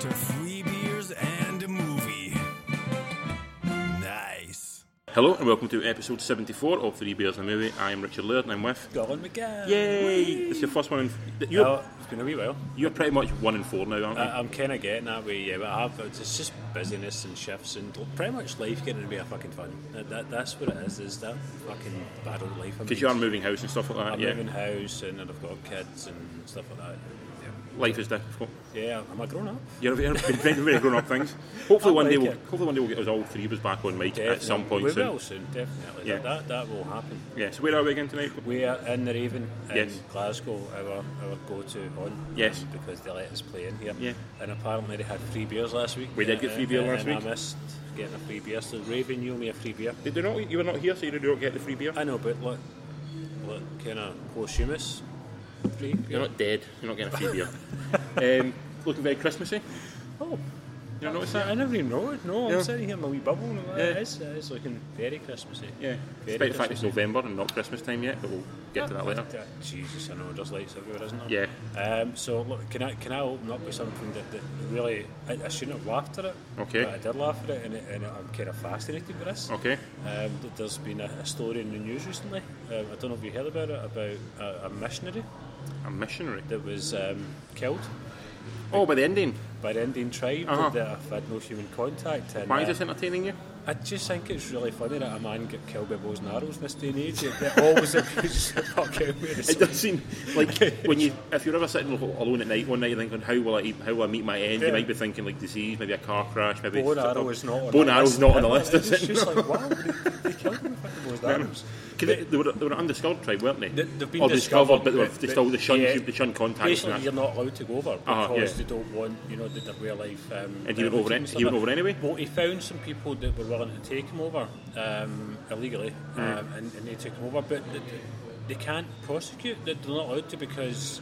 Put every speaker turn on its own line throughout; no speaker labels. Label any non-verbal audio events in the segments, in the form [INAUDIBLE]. to free beers and a movie. Nice.
Hello and welcome to episode 74 of Three Bears and a Movie. I am Richard Laird and I'm with.
Colin McGann.
Yay! It's your first one. In, you're,
Oh, it's been a wee while.
you're pretty much one in four now, aren't you?
I, I'm kind of getting that way, yeah, but I have, it's just busyness and shifts and l- pretty much life getting to be a fucking fun. That, that, that's what it is, is that fucking battle life. I mean,
Because you are moving house and stuff like that.
I'm
yeah,
moving house and then I've got kids and stuff like that.
life is difficult.
Yeah, yeah I'm a grown up.
You're very, very, very grown up
[LAUGHS]
things. Hopefully
I
one day
like
we'll
it.
hopefully one day we'll get us all three of us back on mic at some point
we
soon.
will soon, definitely.
Yeah.
That, that will happen.
Yeah. So where are we again tonight?
We are in the Raven in
Yes.
Glasgow, our, our go to on.
Yes.
um, Because they let us play in here.
Yeah.
And apparently they had free beers last week.
We did get
Uh,
free beer
and-
last
and
week.
I missed getting a free beer. So Raven, you owe me a free beer.
Did you not? You were not here, so you did not get the free beer.
I know, but look, look kind of posthumous free
You're
beer.
not dead. You're not getting a free
[LAUGHS]
beer. um, looking very Christmassy.
Oh.
You notice
I
that?
never even noticed. No,
Yeah.
I'm sitting here in my wee bubble. And
Yeah.
it, is, it is looking very Christmassy.
Yeah. Despite the
Very
fact it's
Christmassy.
November and not Christmas time yet, but we'll get to that later.
Yeah, Jesus, I know, there's lights everywhere, isn't there? Yeah. Um, so, look, can I, can I open up with something that, that really, I, I shouldn't have laughed at it.
Okay. Oh.
But I did laugh at it, and, it, and it, I'm kind of fascinated with this.
Okay.
Um, th- there's been a, a story in the news recently, um, I don't know if you heard about it, about a, a missionary
A missionary.
that was um, killed
Oh, by the ending.
by the Indian tribe
Uh-huh.
that have had no human contact. And,
Why
uh,
is this entertaining you?
I just think it's really funny that a man get killed by bows and arrows in this day
[LAUGHS]
and age. It, it always appears to [LAUGHS] fuck out with
It does seem
[LAUGHS]
like when you, if you're ever sitting al- alone at night one night, thinking how will I, eat, how will I meet my end? You
Yeah.
might be thinking like disease, maybe a car crash, maybe
Bone arrow is not on
Bone
the
arrow's
list.
not on the
[LAUGHS]
list.
It's
Is it?
just like, wow, they, they killed them with fucking bows and arrows.
Because they, they, were, they were an undiscovered tribe, weren't they?
They- they've been
or discovered,
discovered,
but they were
but-
they
but-
still they shunned,
yeah.
they shunned contact. with
Basically,
that.
you're not allowed to go over because
Uh-huh, yeah.
they don't want, you know, the, the real life. Um,
And he went
uh,
over it-
victims
he
of
went over anyway?
Well, he found some people that were willing to take him over um, illegally,
Mm.
um, and, and they took him over, but they, they can't prosecute. They- They're not allowed to because.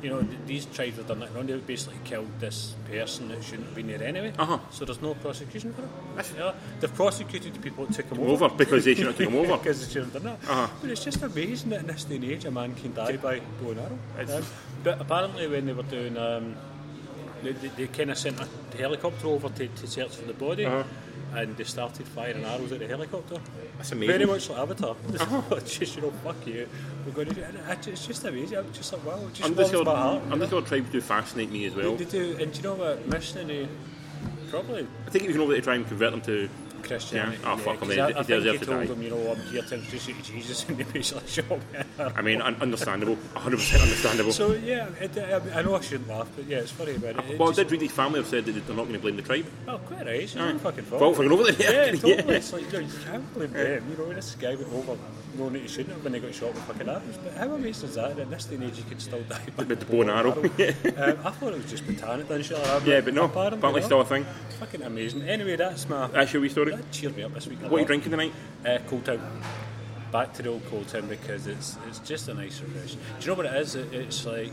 You know, th- these tribes have done that wrong. They've basically killed this person that shouldn't have been there anyway.
Uh-huh.
So there's no prosecution for it.
That's-
Yeah, they've prosecuted the people that took him
over because they should have took him
[LAUGHS]
over.
because they should have done that.
Uh-huh.
But it's just amazing that in this day and age a man can die by bow and arrow.
It's-
Um, but apparently when they were doing, um, they, they, they kind of sent a helicopter over to, to search for the body and they started firing arrows at the helicopter.
Uh-huh. That's amazing. Uh-huh.
Very much like Avatar. [LAUGHS] just, you know, fuck you. We're going to do it. And I ju- It's just amazing. I'm just like, wow, it just warms
Undiscovered,
my heart.
undiscovered tribes do fascinate me as well.
They do, and do you know what? Missionary, probably
I think it was an over to try and convert them to.
Christianity.
Yeah. Oh, fuck him,
'cause I,
he-
I
he
think
deserves
he
to die.
told them, you know, I'm here to introduce you to Jesus, [LAUGHS] and they basically shot me.
I mean, un- understandable, 100% understandable.
So yeah, it, uh, I, I know I shouldn't laugh, but yeah, it's funny about it. it
well, I
just,
did read his family have said that they're not going to blame the tribe.
well, quite right. It's your own fucking fault.
Fault for going Mm. over there. [LAUGHS]
Yeah,
Yeah.
totally. It's like you, know, you can't blame them. You know, this guy went over, knowing that he shouldn't have when he got shot with fucking arrows. But how amazing is that? That in this day and age, you could still die by
With the
a
bow and arrow. [LAUGHS]
um, I thought it was just botanic and shit. like that,
Yeah, but no,
apparently
apparently
not.
still a thing.
fucking amazing. Anyway, that's my
That's your wee story.
that cheered me up this week. a
What are you
lot.
drinking tonight?
Uh, Cold Town. Back to the old Cold Town because it's it's just a nice refreshing. Do you know what it is? It, it's like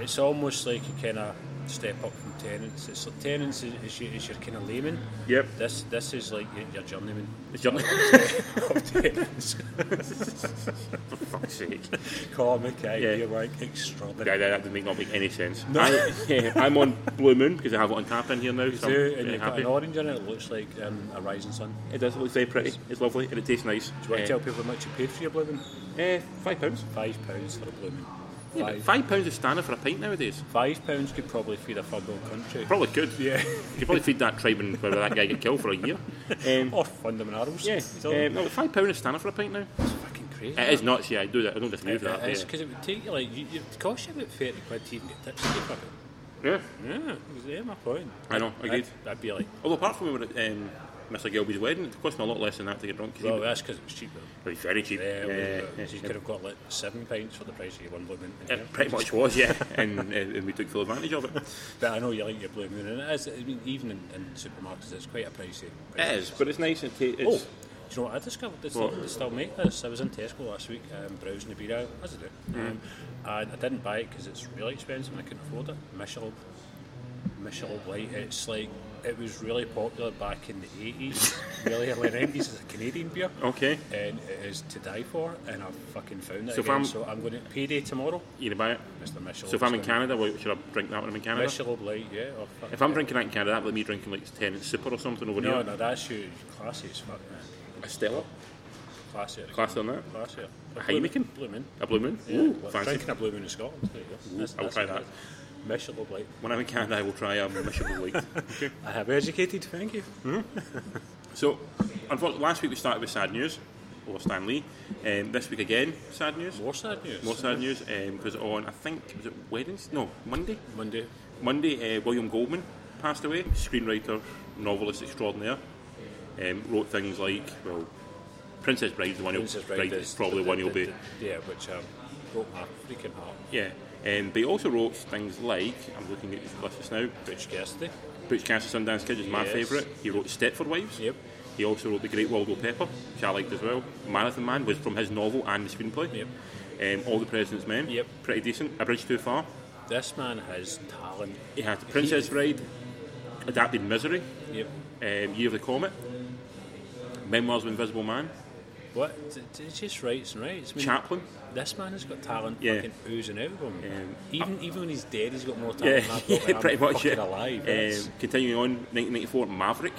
it's almost like you kind of step up from tenants. It's like tenants is, is, your, is your kind of layman.
Yep.
This this is like your, your journeyman [LAUGHS]
It's your- [LAUGHS]
of tenants.
For fuck's sake.
Comic idea,
Yeah.
like extraordinary.
Yeah, that, that doesn't make, not make any sense. I, yeah, I'm on Blue Moon because I have it on tap in here now. So
Do,
I'm
and
very
you've got
happy.
an orange in it. It looks like um, a rising sun.
It does look very pretty. It's lovely and it tastes nice.
Do you want to tell people how much you paid for your blue moon?
Eh, five pounds.
Five pounds for a blue moon.
Yeah, but
Five,
five pounds is standard for a pint nowadays.
five pounds could probably feed a third world country.
Probably could.
Yeah. [LAUGHS]
You could probably feed that tribe and where that guy get killed for a year. Um,
Or fundamentals.
yeah, um, no, five pounds is standard for a pint now.
fucking crazy.
It is nuts. Yeah, I do that. I don't disagree with that.
because it would take you like you, it cost you about thirty quid to even get tips to fucking.
Yeah. yeah.
Yeah, yeah, my point.
I know, agreed.
I'd, I'd be like,
Although apart from we were at um, Mr. Gilby's wedding, it cost me a lot less than that to get drunk. 'cause he
well,
was-
that's because it was cheaper.
it was very cheap. yeah,
Yeah, yeah,
yeah,
so you
yeah.
could have got like seven pints for the price of your one blue moon.
It pretty much was, yeah, [LAUGHS] and, uh, and we took full advantage of it.
But I know you like your blue moon, and it is. I mean, even in, in supermarkets, it's quite a pricey.
It is, but it's nice. It ta-
Oh,
it's,
do you know what I discovered? They still,
What?
they still make this. I was in Tesco last week um, browsing the beer aisle, as I
Mm-hmm.
do, um, and I didn't buy it because it's really expensive and I couldn't afford it. Michelob. Michelle White. It's like it was really popular back in the
[LAUGHS]
eighties, really early nineties as a Canadian beer.
Oh, Okay.
And it is to die for, and I've fucking found it
So if
again.
I'm-
so I'm going to payday tomorrow,
You gonna buy it?
Mr. Michelle.
So if I'm in
It's gonna-
Canada, what, should I drink that when I'm in Canada?
Michelle White, yeah. Or fuck-
If I'm drinking that in Canada, that would be me drinking like ten super or something over
no,
here.
no, that's you. Classy as fuck, man.
A Stella,
Classy.
classy on that.
Classy. A
Heineken?
Blue Moon.
A Blue Moon.
Yeah,
Ooh,
well,
fancy.
Drinking a Blue Moon in Scotland. There you go. That's-
I'll
that's
try
what it
that.
is. Michelle White.
When I'm in Canada, I will try a Michelle [LAUGHS] White.
I have educated, thank you.
So, unfortunately, last week we started with sad news over Stan Lee. Um, this week again, sad news.
More sad news.
More sad news because on I think was it Wednesday? No, Monday.
Monday.
Monday, uh, William Goldman passed away. Screenwriter, novelist extraordinaire. Um, wrote things like well, Princess Bride's the one. who-
Princess Bride
is probably
the-
one you'll
the-
be.
the- Yeah, which um, broke my freaking heart.
Yeah. Um, but he also wrote things like I'm looking at his list just now.
Butch Cassidy.
Butch Cassidy Sundance Kid is my
Yes.
favourite. He wrote Stepford Wives.
Yep.
He also wrote The Great Waldo Pepper, which I liked as well. Marathon Man was from his novel and the screenplay.
Yep.
Um, All the President's Men.
Yep.
Pretty decent. A Bridge Too Far.
This man has talent.
He had Princess Bride, Adapted Misery,
Yep.
um, Year of the Comet, Memoirs of Invisible Man,
What? It, it just writes and writes. I mean,
Chaplin.
this man has got talent
Yeah.
fucking oozing out of him.
Um,
even, even when he's dead, he's got more
Yeah,
talent than I've got
[LAUGHS]
when
yeah
I'm
pretty much.
fucking
Yeah.
alive. It's-
Um, continuing on, 1994, Maverick.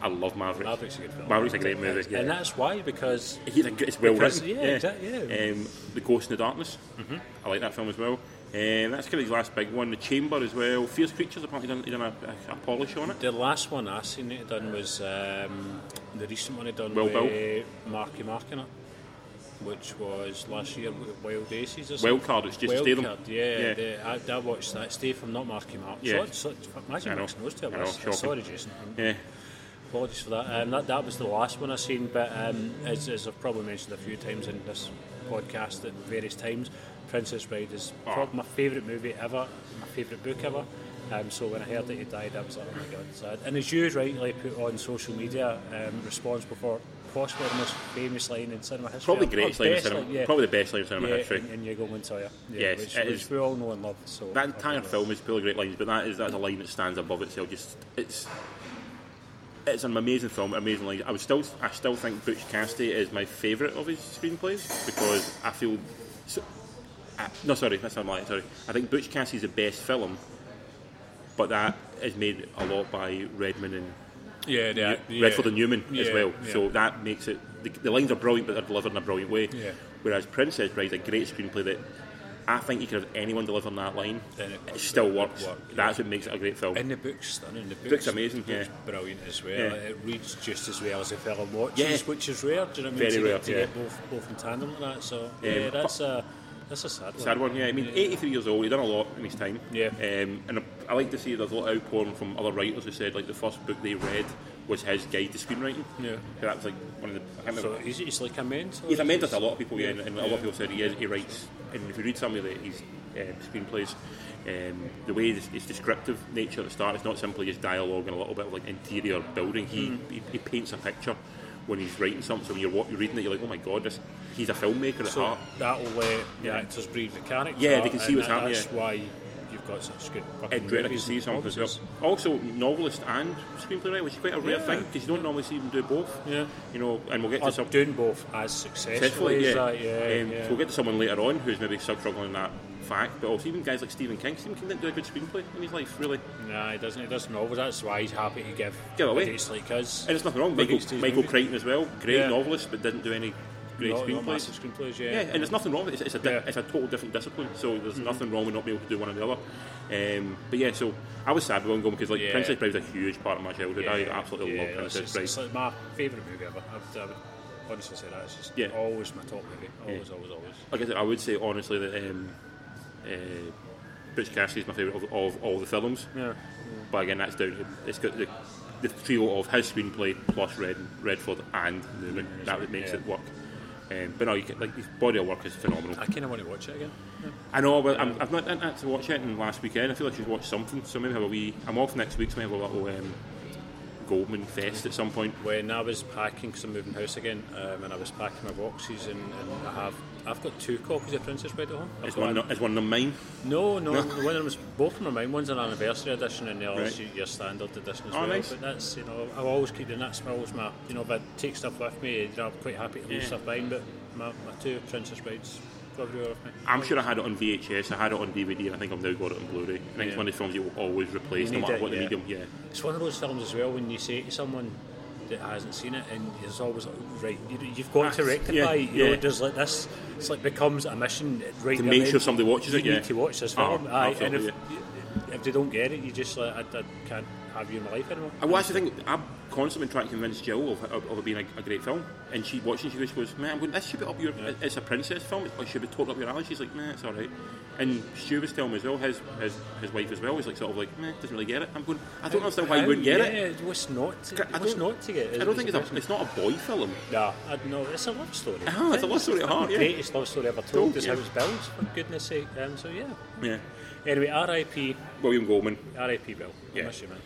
I love Maverick.
Maverick's a good film.
Maverick's a great movie.
And
Yeah.
that's why, because
He's a good, it's well
Because-
written.
yeah, exact- yeah.
Um, the Ghost in the Darkness. Mm-hmm. I like that film as well. And that's kind of his last big one. The Chamber as well. Fierce Creatures. Apparently, done, he done a, a, a polish on it.
the last one I seen that he done was um, the recent one he done
Well
with
built.
Marky Mark in it, which was last year with Wild Aces or something.
Wild Card. It's just
Wild
Statham.
Card, yeah.
Yeah.
the- I, I watched that. Stay from not Marky Mark.
Yeah.
So, so, fuck, imagine
I know.
mixing those two. up.
I know, shocking.
Sorry, Jason.
Yeah.
Apologies for that. Um, that. That was the last one I seen, but um, as, as I've probably mentioned a few times in this podcast at various times, Princess Bride is
Ah.
probably my favourite movie ever, my favourite book ever. Um, so when I heard that he died, I was like, oh my god, sad. And as you rightly put on social media, um, responsible for possibly the most famous line in cinema history.
Probably
Or-
greatest
or
line in
best
cinema.
line, yeah.
Probably the best line in cinema
yeah,
history.
And, and Diego Montoya. Yeah,
Yes,
which,
it
which
is.
we all know and love. So
That entire
Okay.
film is full of great lines, but that is that's a line that stands above itself. Just it's it's an amazing film, amazing line. I was still I still think Butch Cassidy is my favourite of his screenplays because I feel so, I, no sorry that's not lying sorry I think Butch Cassidy is the best film, but that is made a lot by Redman and
Yeah, yeah, yeah.
Uh, Redford and Newman as
Yeah,
well.
yeah.
So that makes it the, the lines are brilliant, but they're delivered in a brilliant way.
Yeah.
Whereas Princess Bride's a great screenplay that I think you could have anyone delivering that line,
And
and
it
it,
would-
still
it would
works.
work, yeah.
That's what makes it a great film.
And the book's stunning. The book's,
amazing,
The book's
yeah.
brilliant as well.
Yeah.
It reads just as well as a fellow watches,
Yeah.
which is rare. Do you know what I mean?
Very
to
rare,
Get, to
yeah.
get both, both in tandem like that. So yeah,
Um,
that's a that's a sad,
Sad
one.
one, yeah. I mean, 83 years old, he'd done a lot in his time.
Yeah.
Um, and I- I like to see there's a lot of outpouring from other writers who said, like, the first book they read was his guide to screenwriting.
Yeah.
So that was, like, one of the. I can't
So
remember.
he's, he's like a mentor.
He's a mentor to a lot of people, yeah, and, and a lot of people said he is. He writes, and if you read some of the, his um, screenplays, um, the way it's, it's descriptive nature at the start, it's not simply just dialogue and a little bit of like interior building. He,
Mm.
he, he paints a picture when he's writing something. So when you're, wa- you're reading it, you're like, oh my god, this, he's a filmmaker at
So
heart.
that'll let the
Yeah.
actors breathe the character.
Yeah, they can see
and
what's
that-
happening,
That's
yeah.
why you've got such good fucking
And great, I can
movies
see
and
something as well.
performances.
Also, novelist and screenplay writer, which is quite a rare
Yeah.
thing because you don't normally see them do both.
Yeah. Uh,
You know, and we'll get
Or
to some.
doing both as successfully
Successfully,
as
yeah.
that. Yeah,
Um,
yeah.
So we'll get to someone later on who's maybe struggling that fact, but also even guys like Stephen King. Stephen King didn't do a good screenplay in his life, really.
Nah, he doesn't. He doesn't always. That's why he's happy to give
Give away.
idiots like us.
And it's nothing wrong. Michael,
biggest to his
Michael
movies.
Crichton as well, great
Yeah.
novelist, but didn't do any great
Not- not
screenplays.
massive screenplays, yeah.
yeah, and there's nothing wrong with it. It's, it's, a, di-
Yeah. Mm-hmm.
it's a total different discipline, so there's nothing wrong with not being able to do one or the other. Um, but yeah, so I was sad with Gone because like
Yeah.
Princess Bride was a huge part of my childhood. I Oh, absolutely
yeah,
love
it's
Princess
just-
Bride.
It's like my favourite movie ever. I would, I would honestly say that. It's just
Yeah.
always my top movie. Always, always, always.
like I said, I would say honestly that um, uh, Butch Cassidy is my favourite of, of all the films.
Yeah.
But again, that's down to it's got the, the trio of his screenplay plus Red, Redford and Newman. That what makes
Yeah.
it work. Um, but no, you get, like his body of work is phenomenal.
I kind of want to watch it again.
I know, but I'm, I've not had to watch it in last weekend. I feel like I should watch something. So maybe have a wee. I'm off next week, so maybe have a little um, Goldman Fest at some point.
When I was packing, because I'm moving house again, um, and I was packing my boxes, and, and I have I've got two copies of Princess Bride at home. I've
Is
got
one, not, is one of mine?
No, no,
No?
the one of them's both of them are mine. One's an anniversary edition, and the other's
Right.
your standard edition as
Oh,
well.
nice.
But that's you know, I always keep doing that's my always my you know if I take stuff with me, you know, I'm quite happy to leave
Yeah.
stuff behind. But my, my two Princess Brides got everywhere with me.
I'm sure I had it on VHS, I had it on DVD, and I think I've now got it on Blu ray. I think it's
Yeah.
one of the films you will always replace,
You
no
need
matter
it,
what the
yeah.
medium. Yeah.
It's one of those films as well when you say to someone that hasn't seen it, and it's always like, right. You, you've got to
Ah,
rectify.
yeah,
you know,
yeah.
there's like this. It's like becomes a mission right
To
there
make
then.
sure somebody watches
you
it,
need
yeah.
to watch this
Oh,
film. Aye, and if,
absolutely,
if they don't get it, you just like I, I can't have you in my life anymore.
I well, actually think I'm constantly trying to convince Jill of, of, of it being a, a great film, and she watching she goes, she goes, "Man, I'm going, this should be up your. It's a princess film. It should be totally up your alley." She's like, "Nah, it's all right." And Stu was telling me as well, his his, his wife as well. He's like, sort of like, "Nah, doesn't really get it." I'm going, I don't understand why you wouldn't get
yeah,
it.
What's not? To,
I
what's
don't-
not to get?
I don't think it's a, it's not a boy
[LAUGHS]
film.
Nah, I don't know. It's a love story.
Ah, it's a love story at heart,
The
yeah.
greatest love story ever told.
Told,
is
yeah.
how it's built. For goodness sake. Um, so yeah.
Yeah,
Anyway, R.I.P.
William Goldman.
R.I.P. Bill.
Yeah.
I miss you, man.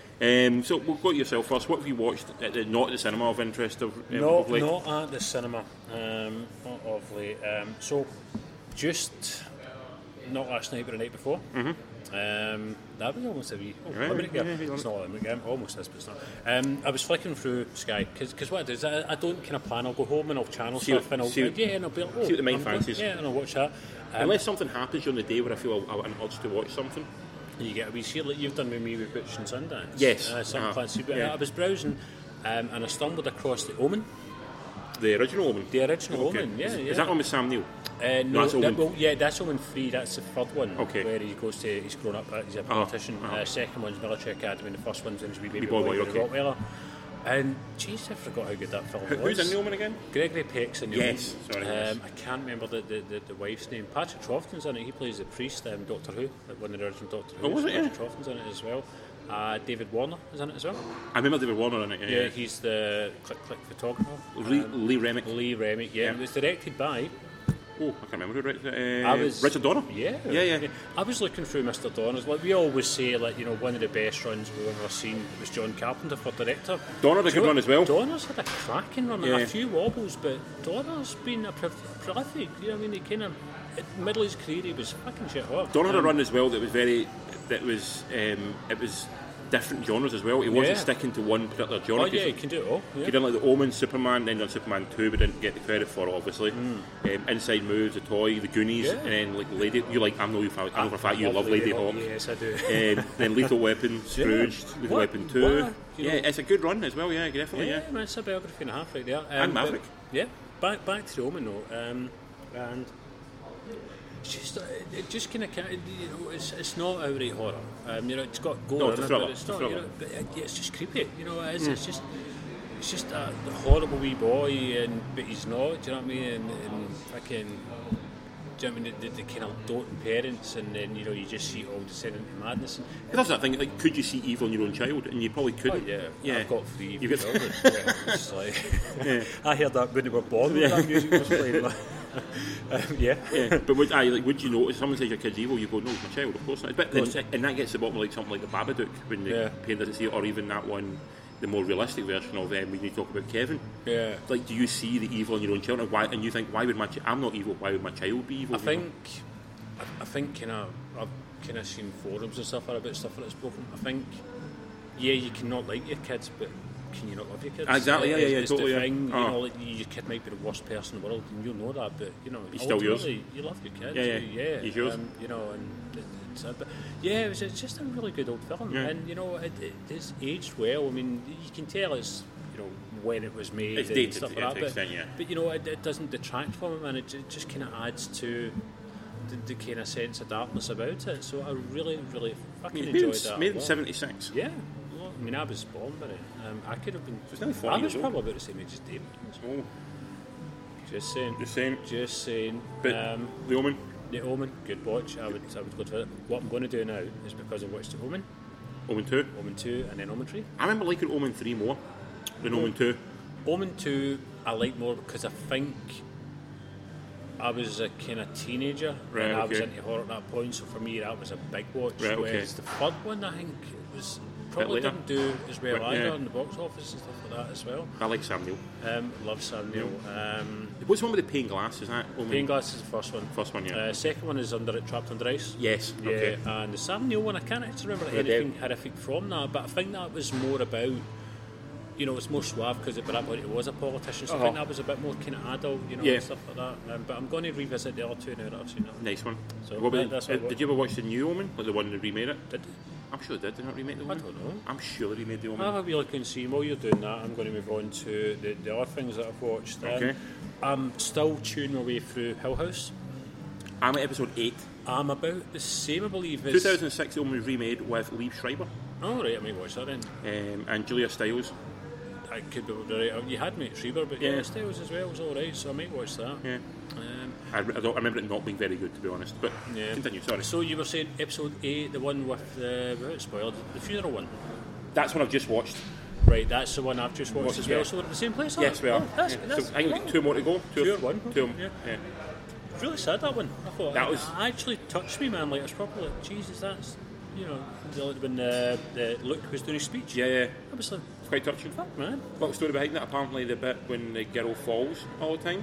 Um, so we'll go to yourself first. What have you watched? At the, not at the cinema of interest of um,
Not,
of late?
not at the cinema, um, not of late. Um, so, just not last night, but the night before. Um, that was almost a wee. Oh,
Mm-hmm. Right.
Limerick game.
Yeah, yeah,
it's not a Limerick game, almost is, but it's not. Um, I was flicking through Sky because what I do is I, I don't kind of plan. I'll go home and I'll channel
See what-
stuff and I'll
see what-
yeah, and I'll be like, oh,
see what the main
I'm good.
fancies.
Yeah, and I'll watch that. Um,
Unless something happens during the day where I feel I, I, an urge to watch something.
You get a wee sheer like you've done with me with Butch and Sundance.
Yes.
Uh, some
Uh-huh.
fancy, but
Yeah.
I was browsing um, and I stumbled across the Omen,
The original woman.
the original
Okay.
Omen. Yeah,
is,
yeah.
Is that one with Sam Neill?
Uh,
No,
no,
that's
that,
Omen.
well, yeah, that's Omen three. That's the third one.
Okay.
Where he goes to, he's grown up, uh, he's a politician. uh
uh-huh.
second one's military academy, and the first one's in his wee baby
Wee boy
boy,
boy,
with
okay.
the Rottweiler. And jeez, I forgot how good that film
Who-
was.
Who's in the woman again?
Gregory Peck's in the
Yes,
Omen.
sorry,
Um,
yes.
I can't remember the, the, the, the wife's name. Patrick Troughton's in it. He plays the priest, um, Doctor Who, like one of the original Doctor Who.
Oh, was it, yeah?
Patrick Troughton's in it as well. Uh, David Warner is in it as well.
I remember David Warner in it. Yeah,
Yeah, he's the click click photographer.
Lee,
Um,
Lee Remick.
Lee Remick. Yeah,
Yeah.
and it was directed by
Oh, I can't remember who directed it. Uh,
I was
Richard Donner.
Yeah,
yeah, yeah.
I was looking through Mr. Donner's. Like we always say, like you know, one of the best runs we've ever seen was John Carpenter for director.
Donner had a
Do
good
you know
run
what?
as well.
Donner's had a cracking run,
Yeah.
a few wobbles, but Donner's been a pro- prolific. You know, what I mean, he kind of at middle of his career he was fucking shit hot.
Donner had a
Um,
run as well that was very that was um, it was different genres as well. He wasn't
Yeah.
sticking to one particular genre.
Oh
'cause
yeah, he can do it all. Yeah.
He done like the Omen, Superman, then done Superman Two, but didn't get the credit for it. Obviously, um, Inside Moves, The Toy, The Goonies,
Hmm. Yeah.
and then like Lady. You like I'm no you I know for a fact you
Love
love Lady Hawk.
Yes, I do.
Um, then Lethal Weapon, Scrooge, Lethal
What?
Weapon Two.
What? You
yeah,
know-
it's a good run as well. Yeah, definitely. Yeah.
Yeah, man, it's a biography and a half right there. Um,
And Maverick.
but- yeah, back back to the Omen though, um, and it's just uh, it just kind of you know it's, it's not outright horror. Um, you know, it's got gore
No,
in
it's a
it,
thriller,
but it's
it's a
not. You
thriller.
know, but it, yeah, it's just creepy. You know,
Hmm.
it's, it's just it's just a horrible wee boy, and but he's not. Do you know what I mean? And, and fucking. Do you know what I mean? The, the, the kind of doting parents, and then you know, you just see it all descend into madness. And
But That's that thing. Like, could you see evil in your own child? And you probably couldn't.
Oh, yeah,
yeah.
I've got three
You've got-
children. yeah, it's like, [LAUGHS] I heard that when they were born when that music was playing. like, um, yeah.
[LAUGHS] yeah. But would I like? Would you know if someone says your kid's evil? You go, no, it's my child. Of course not. But then,
course.
and that gets to the bottom of like something like the Babadook when the
Yeah.
pain doesn't see it, or even that one, the more realistic version of um, when you talk about Kevin.
Yeah.
Like, do you see the evil in your own child? And why? And you think, why would my? Ch- I'm not evil. Why would my child be evil?
I think, I, I think kind of, I've kind of seen forums and stuff about stuff that's broken. I think, yeah, you cannot like your kids, but can you not love your kids?
Exactly, yeah, yeah,
It's-
yeah,
it's
totally, yeah.
The thing,
Ah.
You know, like, your kid might be the worst person in the world, and you'll know that, but you know,
He's still yours.
ultimately, You love your kids.
Yeah, yeah.
you- yeah.
He's yours.
Um, you know, and it- it's a bit, yeah, it was, it's just a really good old film,
Yeah.
and you know, it, it, it's aged well. I mean, you can tell it's. You know when it was made
It's
and
dated,
stuff like
yeah,
that,
to
but,
extent, yeah.
but you know it, it doesn't detract from it, and it, ju- just kind of adds to the, the kind of sense of darkness about it. So I really, really fucking
Made
enjoyed
in,
that.
made in
lot.
'76.
Yeah. Well, I mean, I was born by it. Um, I could have been.
was nearly 40
I was
years old.
probably about the same age as David.
Oh,
Just saying.
the same.
Just saying.
But
um,
the Omen.
the Omen, good watch. I would, I would go to it. What I'm going to do now is because I watched the Omen,
Omen two.
Omen two, and then Omen three.
I remember liking Omen three more than Omen two.
Omen 2 I like more because I think I was a kind of teenager
Right,
and I was
okay.
into horror at that point so for me that was a big watch
Right, okay.
whereas the third one I think was probably
later.
didn't do as well
But,
either
yeah.
in the box office and stuff like that as well.
I like Sam Neill.
Um, love Sam Neill. Um,
What's the one with the pane glass? Is that only
Pain Glass is the first one.
First one, yeah.
Uh, second one is Under It Trapped Under Ice.
Yes.
Yeah,
Okay.
and the Sam Neill one, I can't actually remember
Yeah, they-
anything horrific from that, but I think that was more about, you know, it's more suave because at that point it was a politician, so I think
Uh-huh.
that was a bit more kind of adult, you know,
Yeah.
and stuff like that. Um, but I'm going to revisit the other two now that I've seen that.
Nice one.
So,
What about-
that- that's what
uh,
I wa-
did you ever watch the new Omen? Like the one that remade it?
Did
I'm sure they did. Did they not remake the Omen?
don't know.
I'm sure they remade the Omen.
I'll have a wee look and see. While you're doing that, I'm going to move on to the, the other things that I've watched. Um,
Okay.
I'm still tuning my way through Hill House. Uh,
I'm at episode eight.
I'm about the same, I believe. As...
2006 the Omen was remade with Lee Schreiber
Oh, right, I may watch that then.
um, and Julia Stiles.
I could be right. You had me at Schreiber, but yeah,
Yeah.
Styles as well was all right, so I might watch that.
Yeah.
Um,
I, re- I, don't, I remember it not being very good, to be honest. But
yeah.
continue. Sorry.
So you were saying episode eight, the one with the without spoiled, the funeral one.
That's what I've just watched.
Right, that's the one I've just watched
Watched,
as well.
yeah.
So we're at the same place. aren't
Yes, we are.
Oh, that's,
Yeah.
that's
so I think we've got two more to go. Two,
Two
of-
or one.
Two. of 'em.
Yeah.
yeah.
really sad that one. I thought
That
it
was-
actually touched me, man. Like it's probably like Jesus, that's you know the- when uh, the Luke was doing his speech.
Yeah, yeah.
I was like,
It's quite touching.
fuck, man.
Little story behind that. Apparently, the bit when the girl falls all the time,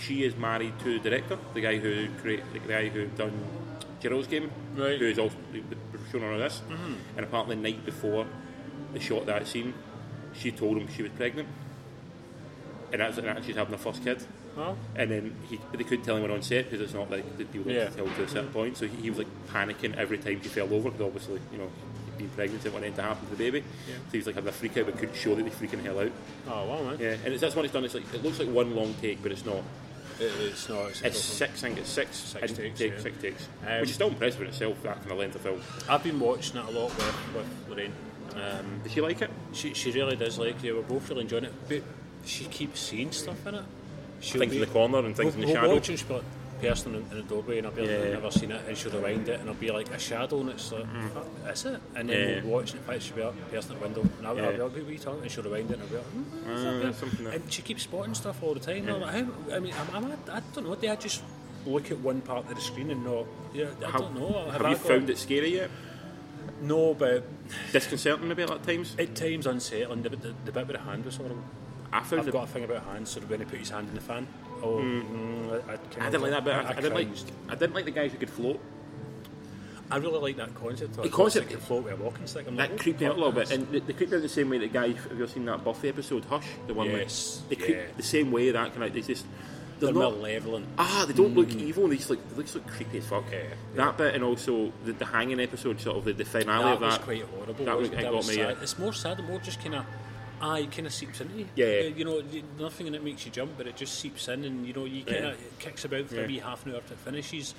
she is married to the director, the guy who create, the guy who done Gerald's Game,
Right.
who's also the showrunner of this. And apparently, the night before they shot that scene, she told him she was pregnant, and that's and that she's having her first kid.
Well,
And then he, but they couldn't tell anyone on set because it's not like the deal that
Yeah.
yeah. tell to a certain point. So he, he was like panicking every time she fell over because obviously, you know, being pregnant, it would end to happen to the baby.
Yeah.
So he was like having a freak out but couldn't show that they freaking hell out.
oh wow, man.
Yeah, and it's, that's what it's done. It's like it looks like one long take, but it's not.
It, it's not. It's, a
It's
proper-
six, I think it's six,
Six
and
takes,
take-
yeah.
six takes,
Um,
which is still impressive in itself. That kind of length of film.
I've been watching it a lot with, with Lorraine. Um,
Did you like it?
she, she really does like it. We're both really enjoying it, but she keeps seeing stuff in it. She'll
Things in the corner and things in the
we'll,
shadow.
We'll watch and she'll be like, person in, in the doorway, and I'll be like,
Yeah.
I've never seen it, and she'll rewind it, and I'll be like, a shadow, and it's like, fuck, is it? And then
Mm-hmm. Yeah.
we'll watch, and in fact, she'll be like, person at the window, and I'll, I'll be
Yeah.
like, what are you talking? And she'll rewind it, and I'll be like, mm, is
Ah,
that there?"
something there.
And she keeps spotting stuff all the time. and I'm like, how, I mean, I'm, I'm, I don't know, do I just look at one part of the screen and not, yeah, I
How-
don't know.
Have you
I got-
found it scary yet?
No, but
Disconcerting maybe at times.
At times unsettling, the, the, the bit with the hand was horrible.
I found
I've
the-
got a thing about hands, so when he put his hand in the fan, oh, mm, I, I, kinda-
I didn't like that bit. I, I, didn't like.
cringed.
I didn't like the guys who could float.
I really like that concept. The
concept-
can float with a walking stick. I'm
That
like,
creeped me out a
fuck
little bit,
this.
and they, they creeped me out the same way that guy. Have you seen that Buffy episode, Hush? The one
Yes,
where they
yeah.
creep the same way that kind of they just
they're
they're, not
malevolent. Hmm.
ah they don't look evil. They just like they just look creepy as fuck.
Yeah,
That bit and also the, the hanging episode, sort of the, the finale
that
of that.
was quite horrible.
That, was,
wasn't
it
it?
got
was
me.
sad.
yeah.
It's more sad, and more just kind of. Aye, kind of seeps into you.
Yeah, yeah.
Uh, you know, y- nothing in it makes you jump, but it just seeps in, and you know, you kind of it kicks about for a
Yeah.
wee half an hour till it finishes,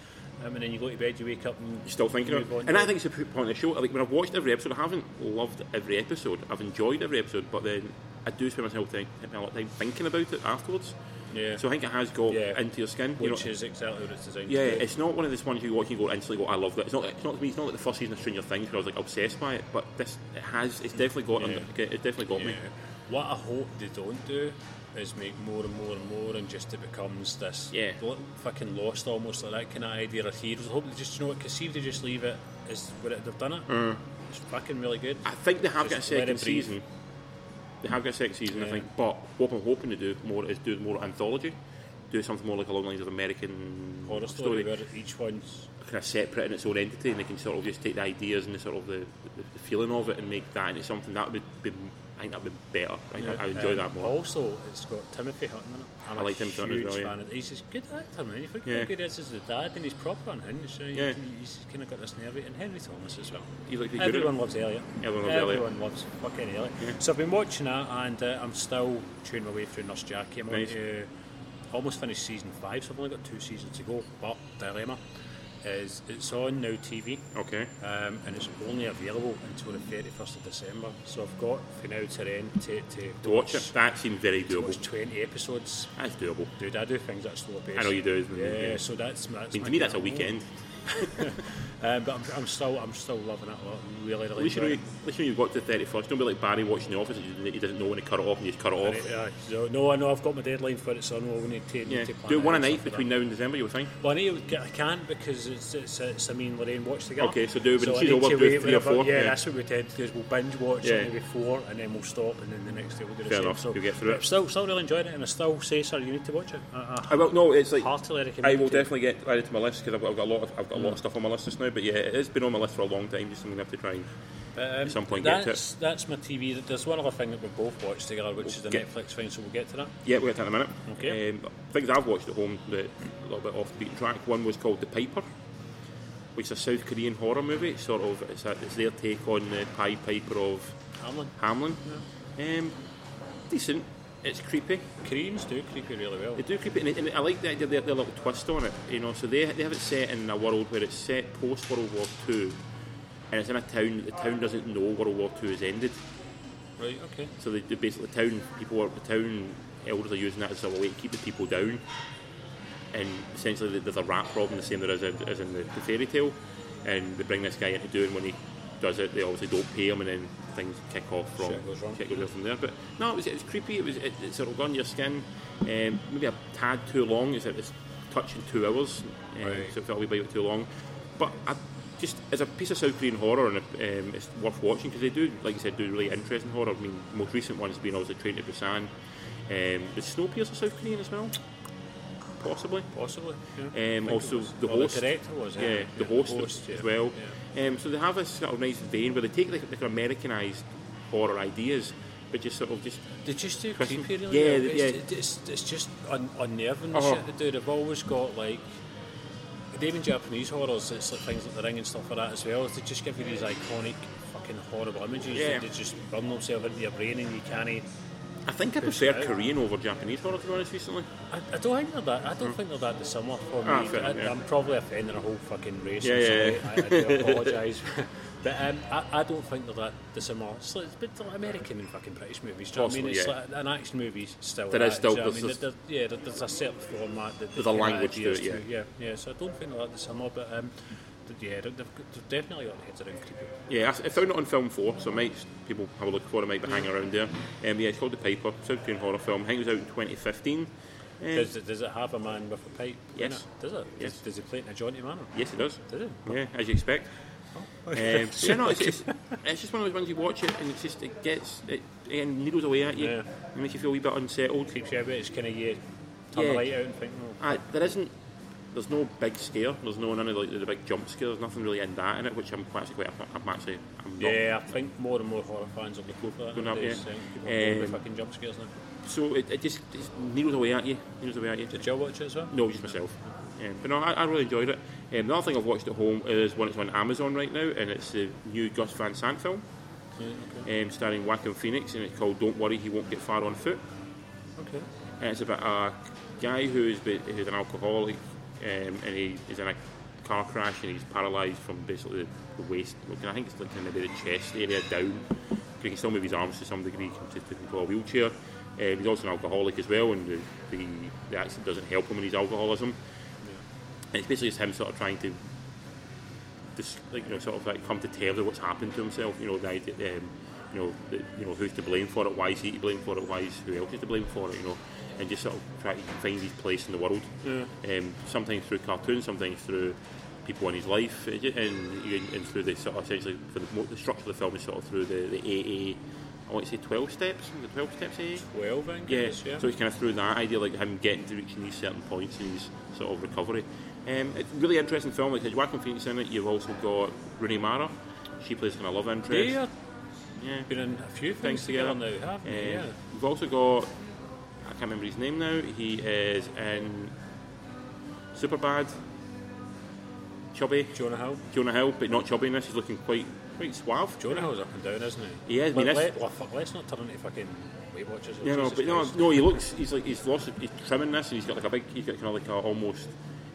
um, and then you go to bed, you wake up, and
You're still thinking of
move on
it. And
to
I think it's a p- point of the show. Like when I've watched every episode, I haven't loved every episode. I've enjoyed every episode, but then I do spend myself think, spend a lot of time thinking about it afterwards.
Yeah.
So I think it has got
Yeah.
into your skin. you know,
which is exactly what it's designed
Yeah,
to do.
it's not one of those ones you watch and go instantly go, I love that. It's not. It's not to me. It's not like the first season of Stranger Things where I was like obsessed by it. But this, it has. It's definitely got.
Yeah.
Under, it's definitely got me.
Yeah. What I hope they don't do is make more and more and more, and just it becomes this
Yeah.
lo- fucking lost almost like that kind of idea of heroes. I hope they just you know what, 'cause see if they just leave it as what it, they've done it. It's fucking really good.
I think they have got a
Just let it
second
breathe.
season. They have got a second season, I
Yeah.
think. But what I'm hoping to do more is do more anthology, do something more like along the lines of American
Horror story, where each one's
kind of separate in its own entity, and they can sort of just take the ideas and the sort of the, the, the feeling of it and make that into something that would be. I think that would be better. I, think I, I enjoy
Um,
that more.
Also, it's got Timothy Hutton in it. I'm
I like
a
Tim
huge
Hutton as well, yeah.
fan. Of, he's a good actor, man. You think
Yeah.
how good he is as the dad, and he's proper on him. So
Yeah.
he's kind of got this nerve, and Henry Thomas as well.
He's like the good
Everyone
at it.
loves Elliot.
Everyone loves
Everyone loves fucking Elliot. So I've been watching that, and uh, I'm still chewing my way through Nurse Jackie. I'm
Nice.
on to almost finished season five, so I've only got two seasons to go. But dilemma is it's on now TV.
Okay.
Um, and it's only available until the 31st of December. So I've got for now to then to, to,
To watch it, that seemed very
to
doable.
watch 20 episodes.
That's doable.
Dude, I do things at a slower pace.
I know you do,
Yeah,
yeah.
so that's, that's
I mean,
my
to me, that's a
goal.
weekend.
um, but I'm, I'm still, I'm still loving it. a lot. I'm really,
At
really.
least, you know,
enjoying
you- at least when you've got to the 31st, don't be like Barry watching The Office, that you didn't know when to cut it off and you just cut it
it.
off.
Yeah, so, no, I know I've got my deadline for it, so I know we need to, need
Yeah.
to plan
Do it one a
and
night
stuff like
between
that.
now and December, you'll think.
Well, I need to get, I can't because it's, it's, it's I mean Lorraine watch together.
Okay, so do it when
I
she's
need
over,
to
do it
wait
three or
whenever-
four,
Yeah,
yeah.
that's what we tend to do is we'll binge watch
Yeah.
maybe four and then we'll stop and then the next day we'll do the
Fair
same.
enough,
So
you'll get through
but
it.
Still, still really enjoying it, and I still say, sir, you need to watch it. I, I
I will, no, it's like,
heartily recommend.
I will
it.
definitely get added to Mm. my list because I've got, I've got a lot of I've got a lot of stuff on my list just now. But yeah, it's been on my list for a long time. Just something I have to try and at some point get to.
That's
It.
that's my TV. There's one other thing that we both watched together, which is the
Get-
Netflix thing. So we'll get to that.
Yeah, we'll get to that in a minute.
Okay.
Um, things I've watched at home that a little bit off the beaten track. One was called The Piper, which is a South Korean horror movie. It's sort of it's, a, it's their take on the Pied Piper of
Hamlin,
Hamlin. Um, decent. It's creepy.
Koreans do creep you really well.
They do keep it, and, it- and I like the idea they have their little twist on it. You know, so they, they have it set in a world where it's set post World War Two, and it's in a town. that The town doesn't know World War Two has ended,
Right? Okay.
so they, they basically the town people are the town elders are using that as a way to keep the people down. And essentially, there's a rat problem, the same there is as in the, the fairy tale, and they bring this guy in to do it. And when he does it, they obviously don't pay him, and then things kick off from
Shit goes wrong.
shit goes off from there. But no, it was, it was creepy. It was it, it sort of got on your skin, um, maybe a tad too long. It's, it's touching two hours, um,
Right.
so it felt a wee bit too long. But I, just as a piece of South Korean horror, and um, it's worth watching because they do, like you said, do really interesting horror. I mean, the most recent one's been obviously Train to Busan. Um, the Snowpiercer South Korean as well, possibly.
Possibly. Yeah. I
Um,
think
also,
it was-
the
well,
host.
The director was.
Yeah,
it?
the host,
yeah.
as well.
Yeah.
Um, so they have this sort of nice vein where they take like, like Americanized horror ideas, but just sort of just
They just do
Christmas-
creepy, really.
yeah,
well.
yeah.
It's, it's, it's just un- unnerving the
Uh-huh.
shit they do. They've always got like. Even Japanese horrors, it's like things like The Ring and stuff like that as well. They just give you these iconic, fucking horrible images
Yeah.
that they just burn themselves into your brain and you can't.
I think I
Push
prefer
it out.
Korean over Japanese horror to be honest recently.
I, I don't think they're that. I don't think they're that dissimilar for
Hmm.
me.
Ah, fair
I,
enough, yeah.
I'm probably offending a whole fucking race.
Yeah,
I'm
yeah, [LAUGHS]
sorry. I, I do apologise. but um, I, I don't think they're that dissimilar. It's like, but they're American and fucking British movies. Do you know what I mean?
Possibly,
It's
yeah.
like an action movie still.
There
that,
is still-
do you know what I mean?
there's-
There- there- yeah, there- there's a certain format. That, that
There's a
you have
language to
ideas
it, yeah.
yeah, yeah. So I don't think they're that dissimilar, but um, th- yeah, they've, they've they've definitely got their heads around creepy.
Yeah, I, I found it on film four, so might people have a look for it. Might be hanging around there. Um, yeah, it's called The Piper, South Korean horror film. I think it was out in 2015. Um,
Does, it- does it have a man with a pipe? in
Yes.
it? Does it?
Yes.
Does, does he play it in a jaunty manner?
yes, it does.
Does it?
Yeah, as you expect.
Oh.
Um,
[LAUGHS]
yeah, no, it's, it's, it's just one of those ones you watch it and it's just it gets it, it needles away at you.
Yeah.
It makes you feel a wee bit unsettled.
Keeps you out, it's kind of you turn
Yeah.
the light out and think, oh,
I, there isn't. There's no big scare. There's no none of like, the, the big jump scares. Nothing really in that in it, which I'm actually quite. I'm actually. I'm not
Yeah, I think more and more horror fans are looking for that.
Going up,
nowadays,
yeah.
um, people are going with
Um,
fucking jump scares now.
So it, it just it needles away at you. Needles away at you.
Did you watch it as well?
No, just myself. Um, but no, I, I really enjoyed it. Um, the other thing I've watched at home is one that's on Amazon right now, and it's the new Gus Van Sant film, um, starring Joaquin Phoenix, and it's called "Don't Worry, He Won't Get Far on Foot."
Okay.
And Eh, it's about a guy who's be- who's an alcoholic, um, and he is in a car crash and he's paralysed from basically the waist. well, I think it's like maybe the chest area down. He can still move his arms to some degree. He can just put into a wheelchair. Um, he's also an alcoholic as well, and the, the, the accident doesn't help him in his alcoholism. And it's basically just him sort of trying to just like you know sort of like come to terms with what's happened to himself. You know, the idea, um, you know, the, you know who's to blame for it? Why is he to blame for it? Why is who else is to blame for it? You know, and just sort of try to find his place in the world. Um, sometimes through cartoons, sometimes through people in his life, and, and, and through the sort of essentially for the, mo- the structure of the film is sort of through the, the AA. I want to say twelve steps. The twelve steps AA.
Well, then,
Yeah,
guys, yeah.
so it's kind of through that idea, like him getting to reaching these certain points in his sort of recovery. Um, it's a really interesting film. Like I said, Joaquin Phoenix in it. You've also got Rooney Mara. She plays kind of love interest.
They've
yeah.
been in a few things,
Things
together,
together.
now, haven't they?
Um,
Yeah.
We've also got. I can't remember his name now. He is in Superbad. Chubby
Jonah Hill.
Jonah Hill, but not chubby in this. He's looking quite quite suave.
Jonah Hill's up and down, isn't he?
He is, I mean,
Let,
that's-
let, well, fuck, let's not turn into fucking Weight Watchers.
Yeah, no,
Jesus
but no,
Christ.
no. He looks. He's like he's lost. He's trimming this, and he's got like a big. He's got kind of like a almost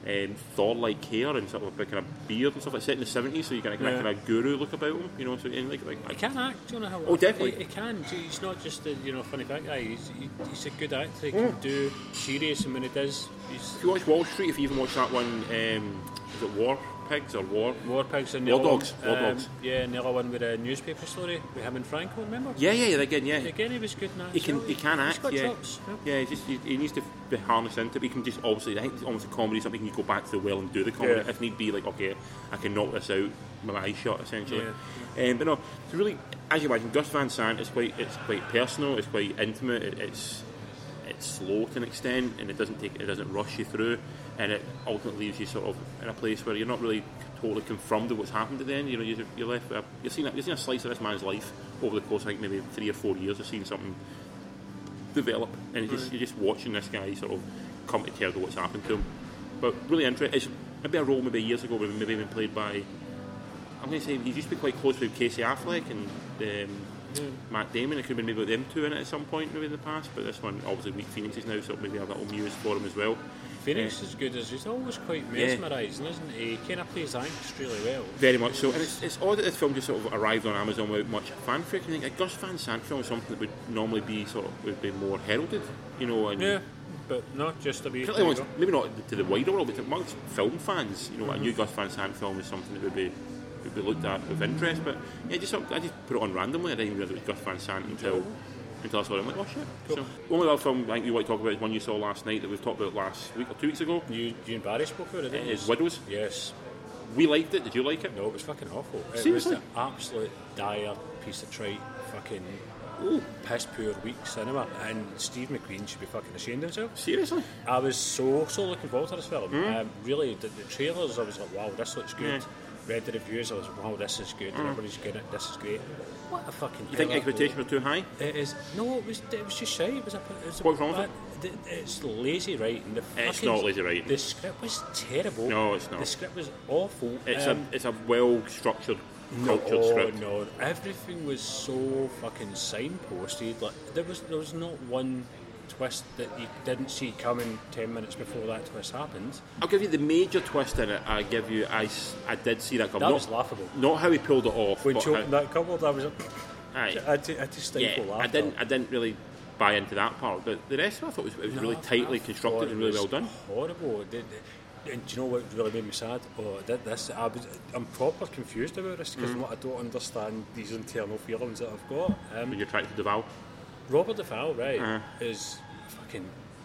um, Thor-like hair and sort of a big kind of beard and stuff. Like set in the seventies, so you got a kind
Yeah.
of, kind of guru look about him. You know, so and like, like,
He can act, Jonah Hill.
Oh, definitely.
He, he can. He's not just a you know funny fat guy. He's, he, he's a good actor. He
Mm.
can do serious, and when he does, he's
if you watch Wall Street, if you even watch that one, um, is it War pigs or war.
War pigs and the
War
other
dogs,
One,
war dogs.
Yeah, and the other one with a newspaper story with him and Franco. Remember?
Yeah, yeah, yeah. Again, yeah.
Again, he was good in that.
He
as
can,
well.
he can
He's
act,
got
yeah.
chops, yeah.
Yeah, he's just, he, he needs to be harnessed into it. He can just obviously, I think it's almost a comedy, something you go back to the well and do the comedy.
Yeah.
If need be, like, okay, I can knock this out with my eyes shut, essentially.
Yeah.
Um, but no, it's really, as you imagine, Gus Van Sant is quite, it's quite personal, it's quite intimate, it, it's it's slow to an extent, and it doesn't take, it doesn't rush you through, and it ultimately leaves you sort of in a place where you're not really totally confirmed of what's happened at the end. You know, you're, you're left, with a, you're seeing, a, you're seeing a slice of this man's life over the course, of, I think maybe three or four years. You're seeing something develop, and it's just, you're just watching this guy sort of come to terms with what's happened to him. But really interesting. It's maybe a role maybe years ago, maybe maybe even played by. I'm going to say he used to be quite close with Casey Affleck and um, Matt Damon. It could have been maybe with them two in it at some point maybe in the past, but this one obviously Meet Phoenix is now, so maybe have that little muse for him as well.
Phoenix is good as he's always quite
Yeah.
mesmerising, isn't he? He kind of plays angst really well.
Very much so, and it's, it's odd that this film just sort of arrived on Amazon without much fanfare. I think a Gus Van Sant film is something that would normally be sort of would be more heralded, you know, and
Yeah, but not just a wee.
Certainly amongst, maybe not to the wider world, but amongst film fans, you know, a new Gus Van Sant film is something that would be would be looked at with interest. But yeah, just sort of- I just put it on randomly. I didn't even realise it was Gus Van Sant until until I saw it. I'm like, oh shit. So, the only other film I think you want to talk about is one you saw last night that we've talked about last week or two weeks ago.
You, you and Barry spoke about it.
It
didn't
is
you?
Uh, Widows.
Yes.
We liked it. Did you like it?
No, it was fucking awful. It
Seriously?
was an absolute dire piece of trite, fucking
Ooh.
piss poor, weak cinema. And Steve McQueen should be fucking ashamed of himself.
Seriously?
I was so so looking forward to this film.
Hmm?
Um, really, the, the trailers, I was like, wow, this looks good.
Hmm.
Read the reviews, I was like, wow, this is good. Everybody's good. at- This is great. What a fucking.
You think expectations were too high?
It is no, it was it was just shy. It was a. It was a
What's wrong with it?
it? It's lazy writing. The
It's
fucking-
not lazy writing.
The script was terrible.
No, it's not.
The script was awful.
It's
Um,
a it's a well structured,
no,
cultured script.
no, everything was so fucking signposted. Like there was there was not one twist that you didn't see coming ten minutes before that twist happened.
I'll give you the major twist in it. I give you, I, s- I did see that coming.
That
not,
was laughable.
Not how he pulled it off.
When
but
she opened
how,
that cupboard, I was like,
aye.
I had to, I had to stifle
yeah,
laughter.
I didn't, I didn't really buy into that part, but the rest of it I thought was, it was really
No, I-
tightly
I thought
constructed
it
and really
was
well done.
Horrible. The- the- and do you know what really made me sad? Oh, that, this I was, I'm proper confused about this
Mm.
because I don't understand these internal feelings that I've got. Um,
When you're attracted to Val,
Robert De Val, right,
Uh.
is fucking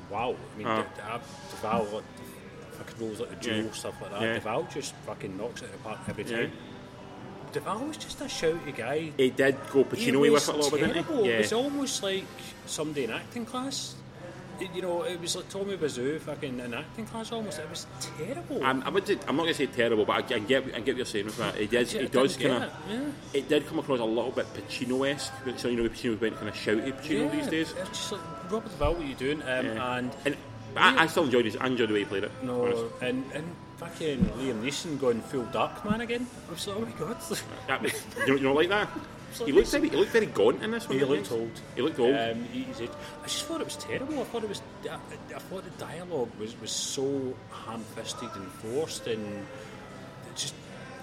wow. I mean,
Uh.
the- the- De Val like, fucking rolls like a jewel,
Yeah.
stuff like that.
Yeah.
De Val just fucking knocks it apart every
Yeah.
time. De Val was just a shouty guy.
he did go
He
Pacino with
was
it a little bit, didn't
terrible.
he?
It was
Yeah.
almost like somebody in acting class. It- you know, it was like Tommy Wiseau fucking in acting class almost. It was terrible.
I'm, I would say, I'm not going to say terrible, but I, I get, I get what you're saying with that. It does,
I
it does
didn't
kind
get
of,
it, yeah.
it did come across a little bit Pacino-esque. So you know, Pacino went kind of shouty Pacino these days.
It's just like Robert De Val, what are you doing? Um,
Yeah.
And
And I, I still enjoyed it. I enjoyed the way he played it. honest.
No, and, and fucking Liam Neeson going full dark man again. I was like, oh my god. [LAUGHS]
That was, you, don't, you don't like that?
So
He looked,
this-
very, he looked very gaunt in this one.
he
didn't
looked old.
He looked old.
Um, he- he's aged. I just thought it was terrible. I thought it was. I, I thought the dialogue was, was so ham-fisted and forced, and it just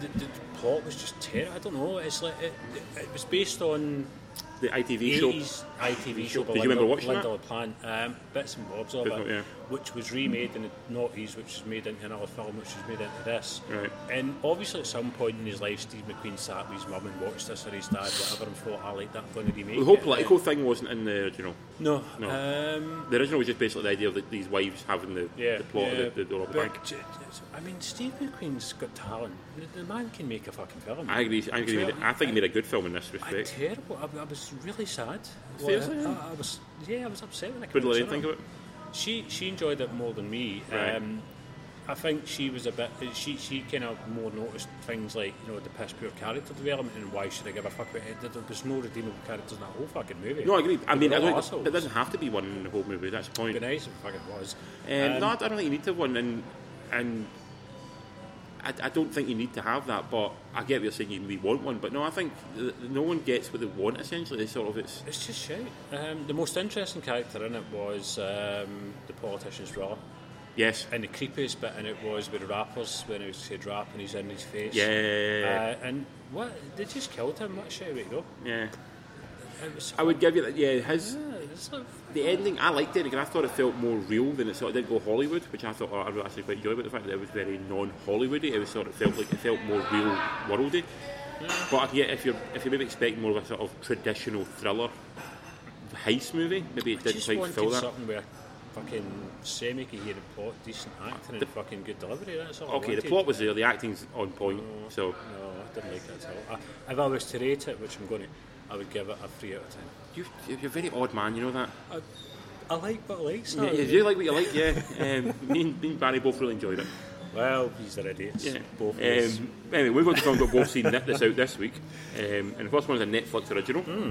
the, the plot was just terrible. I don't know. It's like it, it was based on
the ITV show.
80s ITV show. by
Did you
Linda-
remember watching
Linda
that?
LaPlante, um, bits and bobs of
Bits
it,
of- yeah.
which was remade in the noughties, which was made into another film, which was made into this.
Right.
And obviously, at some point in his life, Steve McQueen sat with his mum and watched this or his dad, whatever, and thought, "I like that. I'm going to remake
The whole
it."
political thing wasn't in the original.
No.
No.
Um,
The original was just basically the idea of the, these wives having the,
yeah.
the plot
yeah,
of the, the Rob
but
Bank.
j- j- I mean, Steve McQueen's got talent. The, the man can make a fucking film.
I agree. I, agree with
Twelve-
it. I think he made a good film in this
I,
respect.
terrible. I, I was really sad.
Seriously?
Well, I, I was. Yeah, I was upset when I.
What did Lorraine
considered
think of it?
She she enjoyed it more than me.
Right.
Um, I think she was a bit. She she kind of more noticed things like you know the piss poor character development and why should I give a fuck about it? There there was no redeemable characters in that whole fucking movie.
No, I agree. I
They
mean,
were
I
all
don't,
assholes.
there doesn't have to be one in the whole movie. That's the point.
It'd be nice if it fucking was.
Um, no, I don't think you need to have one, and and I, I don't think you need to have that. But I get what you're saying. You, we want one, but no, I think th- no one gets what they want. Essentially, it's sort of it's
It's just shit. Um, the most interesting character in it was um, the politician's raw.
yes,
And the creepiest bit in it was with rappers when he said rap and he's in his face.
yeah,
Uh, and what? They just killed him. What shit way to go?
yeah.
It was
I would give you that. Yeah, his
It's not,
The ending, I liked it because I thought it felt more real than it sort of did go Hollywood, which I thought oh, I was actually quite enjoyed about the fact that it was very non-Hollywoody. It was sort of felt like it felt more real worldy. But yet, if you're if you maybe expect more of a sort of traditional thriller heist movie, maybe it didn't
just
quite fill
wanted
that.
something where fucking semi coherent plot, decent acting, and fucking good delivery. That's all. I
Okay, the
wanted. Uh-huh.
plot was there, the acting's on point, so
No, I didn't like it at all. I, if I was to rate it, which I'm going to, I would give it a three out of ten.
you, you're a very odd man, you know that.
I like what I like,
Yeah,
Sam.
if you like what you like, yeah. [LAUGHS] Um, me, and, me and Barry both really enjoyed it.
Well, these are idiots.
Yeah.
Both of us.
um, anyway, we've got to film got both seen that- this out this week, um, and the first one is a Netflix original
Hmm.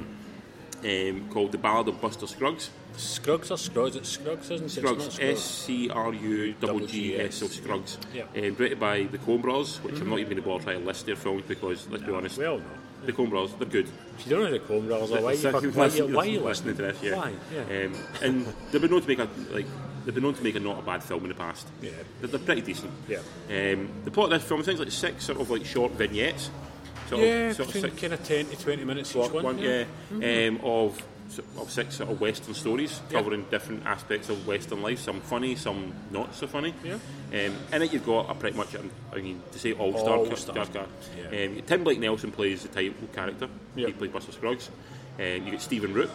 um, called The Ballad of Buster Scruggs.
Scruggs or Scruggs? It's Scruggs, isn't it? It's not
Scruggs, S
Scruggs.
C R U
Double
double
G
G
S.
S, so Scruggs.
Yeah.
Um, directed by the Coen Brothers, which I'm not even going to bother trying to list their films because let's be honest,
Well, no.
the Coen Brothers they're good.
If you don't know the Coen brothers, why,
Like,
are you
so
fucking,
you're
why,
listening-
you- why are you
you're
listening
to this? Yeah.
Why? Yeah.
Um, and they've been known to make a like they've been known to make a not a bad film in the past.
Yeah.
They're, they're pretty decent.
Yeah.
Um, the plot of this film is things like six sort of like short vignettes. Sort
yeah,
Of, sort of
between
six
kind of 10 to 20 minutes each
plot
one. Mm-hmm.
one, yeah. Um, of so- of six sort of Western stories covering different aspects of Western life. Some funny, some not so funny.
Yeah.
Um, in it, you've got a pretty much, um, I mean, to say all star,
All-star. Yeah.
Um, Tim Blake Nelson plays the title character.
Yeah.
He played Buster Scruggs. Um, you get Stephen Root,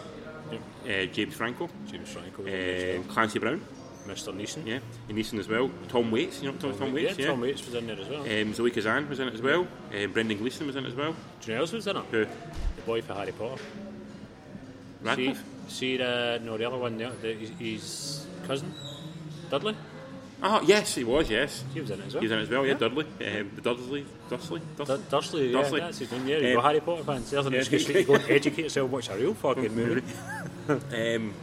Yeah.
uh, James Franco,
James Franco,
um, Clancy Brown,
Mr. Neeson.
yeah, and Neeson as well. Tom Waits, you know Tom, Tom Waits,
yeah, Tom Waits was in there as well.
Um, Zoe Kazan was in it as well. Um, Brendan Gleeson was in it as well.
Do you know who else was in it?
Who?
The boy for Harry Potter. See,
Radcliffe.
see the, no, the other one, the, the, his- his cousin, Dudley.
Ah, yes, he was. Yes.
He was in it as well.
He was in it as well, yeah, Dudley. Um, Dudley, Dudley, Dudley.
Du- Dursley, yeah,
Dursley.
that's his name. Yeah, you
Um,
go Harry Potter fans. There's an excuse for you to go and educate yourself and watch a
[LAUGHS]
real fucking movie.
Um,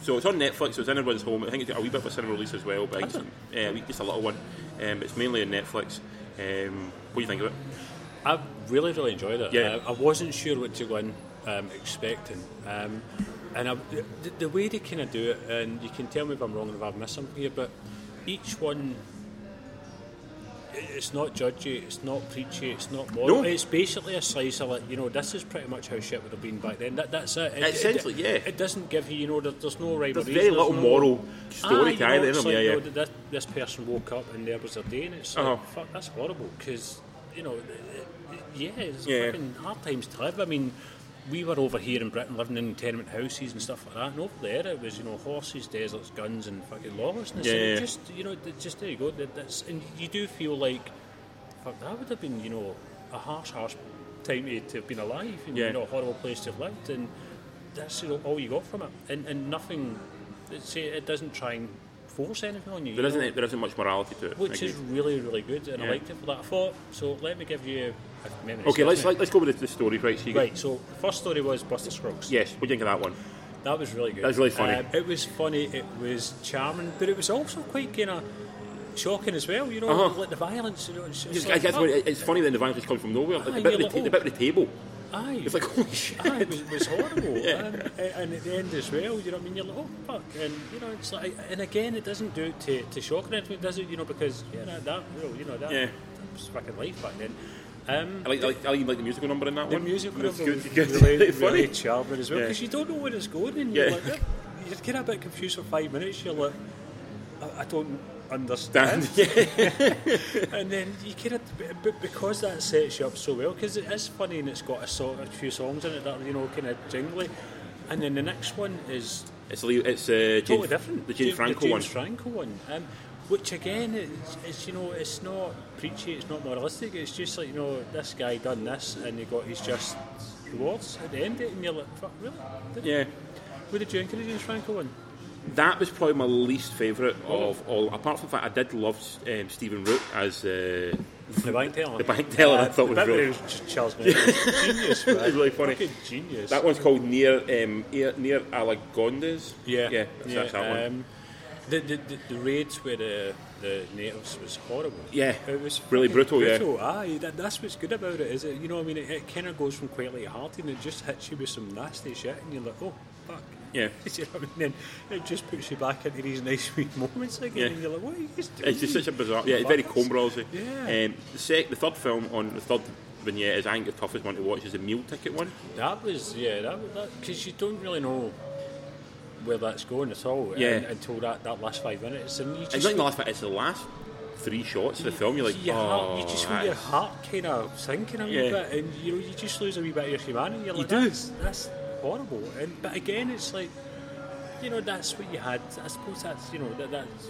so it's on Netflix, so it's in everyone's home. I think it's got a wee bit of a cinema release as well, but I think it's, uh, we- just a little one. Um, it's mainly on Netflix. Um, what do you think of it?
I really, really enjoyed it.
Yeah.
Uh, I wasn't sure what to go in um, expecting. Um, and I, the, the way they kind of do it, and you can tell me if I'm wrong and if I've missed something here, but each one, i- it's not judgy, it's not preachy, it's not moral.
No.
It's basically a slice of like, you know, this is pretty much how shit would have been back then. That, that's it. It- it-
Essentially,
it,
yeah.
It doesn't give you, you know, there, there's no rivalry.
There's very little
no,
moral story
ah,
to either of them, yeah, yeah.
This, this person woke up and there was their day, and it's like,
Uh-huh.
fuck, that's horrible because you know, th- th- yeah, it's
Yeah.
fucking hard times to live. I mean, we were over here in Britain living in tenement houses and stuff like that, and over there it was you know horses, deserts, guns, and fucking lawlessness.
Yeah,
and it
yeah.
just you know, th- just there you go. That, that's and you do feel like fuck that would have been you know a harsh, harsh time to, to have been alive, and,
Yeah.
you know, a horrible place to have lived, and that's you know, all you got from it, and and nothing. Say it doesn't try and force anything on you.
There
you know?
isn't, there isn't much morality to it.
which
I
is
agree.
really really good and I
Yeah.
liked it for that. I thought so. Let me give you. I've memorised
Okay,
it,
let's,
haven't
let, let's go with the, the story, right? So you
I? right. So the first story was Buster Scruggs.
Get, yes, what do you think of that one?
That was really good.
That was really funny.
Um, it was funny. It was charming, but it was also quite kind of shocking as well. You know,
Uh-huh.
like the violence. You know, it's, it's
It's,
like, "Oh,
it's,
fuck,
it's funny that the violence comes from nowhere. Like
Aye,
the, bit
yeah,
of the,
like,
ta-
oh.
the bit of the table.
aye,
It's like, [LAUGHS] holy shit.
aye, [LAUGHS] it was, it was horrible.
Yeah.
um, a- and at the end as well, you know what I mean? You're like, oh fuck, and you know, it's like, and again, it doesn't do it to, to shock or anything, does it? You know, because yeah, that, that well, you know, that,
Yeah.
was fucking life back then. Um,
I like, I, like, I like the musical number in that
the
one.
music would
It's
have
good- [LAUGHS]
been
good-
really,
funny.
[LAUGHS] really charming as well
Yeah.
because you don't know where it's going and you're
Yeah.
like "Yep." you just get a bit confused for five minutes you're like I,
[LAUGHS]
I don't understand and then you kind of but because that sets you up so well because it is funny and it's got a, sort a few songs in it that are you know kind of jingly and then the next one is
It's, Leo- it's uh, James,
totally different
the James
Ja-
Franco
the James
one.
Franco one um, which again it's, it's you know it's not preachy it's not moralistic it's just like you know this guy done this and he got his just rewards at the end of it and you're like fuck really Did-
Yeah.
what did you think of the James Franco one
That was probably my least favourite
Oh.
of all. Apart from the fact I did love um, Stephen Root as uh,
the bank teller
The bank teller, I thought
the
was
bit where
real.
it was Ch- Charles Manson was genius man.
It's [LAUGHS] really funny.
Fucking genius
that one's called Near um, Near, near Alagondas.
yeah
yeah, that's, that's that one.
um, the, the, the, the raids where the, the natives was horrible.
Yeah,
it was
really
fucking
brutal, yeah.
brutal. Aye, that, that's what's good about it is it you know what I mean it, it kind of goes from quite light-hearted and it just hits you with some nasty shit and you're like oh fuck
Yeah.
[LAUGHS] you know what I mean? Then it just puts you back into these [LAUGHS] nice sweet moments again
Yeah.
and you're like what are you guys doing?
It's just such a bizarre. Yeah, it's very Coen
Fuckers. Yeah.
Um, the, sec, the third film on the third vignette is I think the toughest one to watch is the Meal Ticket one.
That was yeah, that because you don't really know where that's going at all
Yeah.
and, until that, that last five minutes. And you just
It's not the last bit, it's the last three shots of the film. You're like,
your
oh,
heart, you just feel your
that's-
heart kind of sinking a wee
Yeah.
bit, and you know, you just lose a wee bit of your humanity. You're
You
like,
do.
That's, that's horrible. And but again, it's like, you know, that's what you had. I suppose that's you know that that's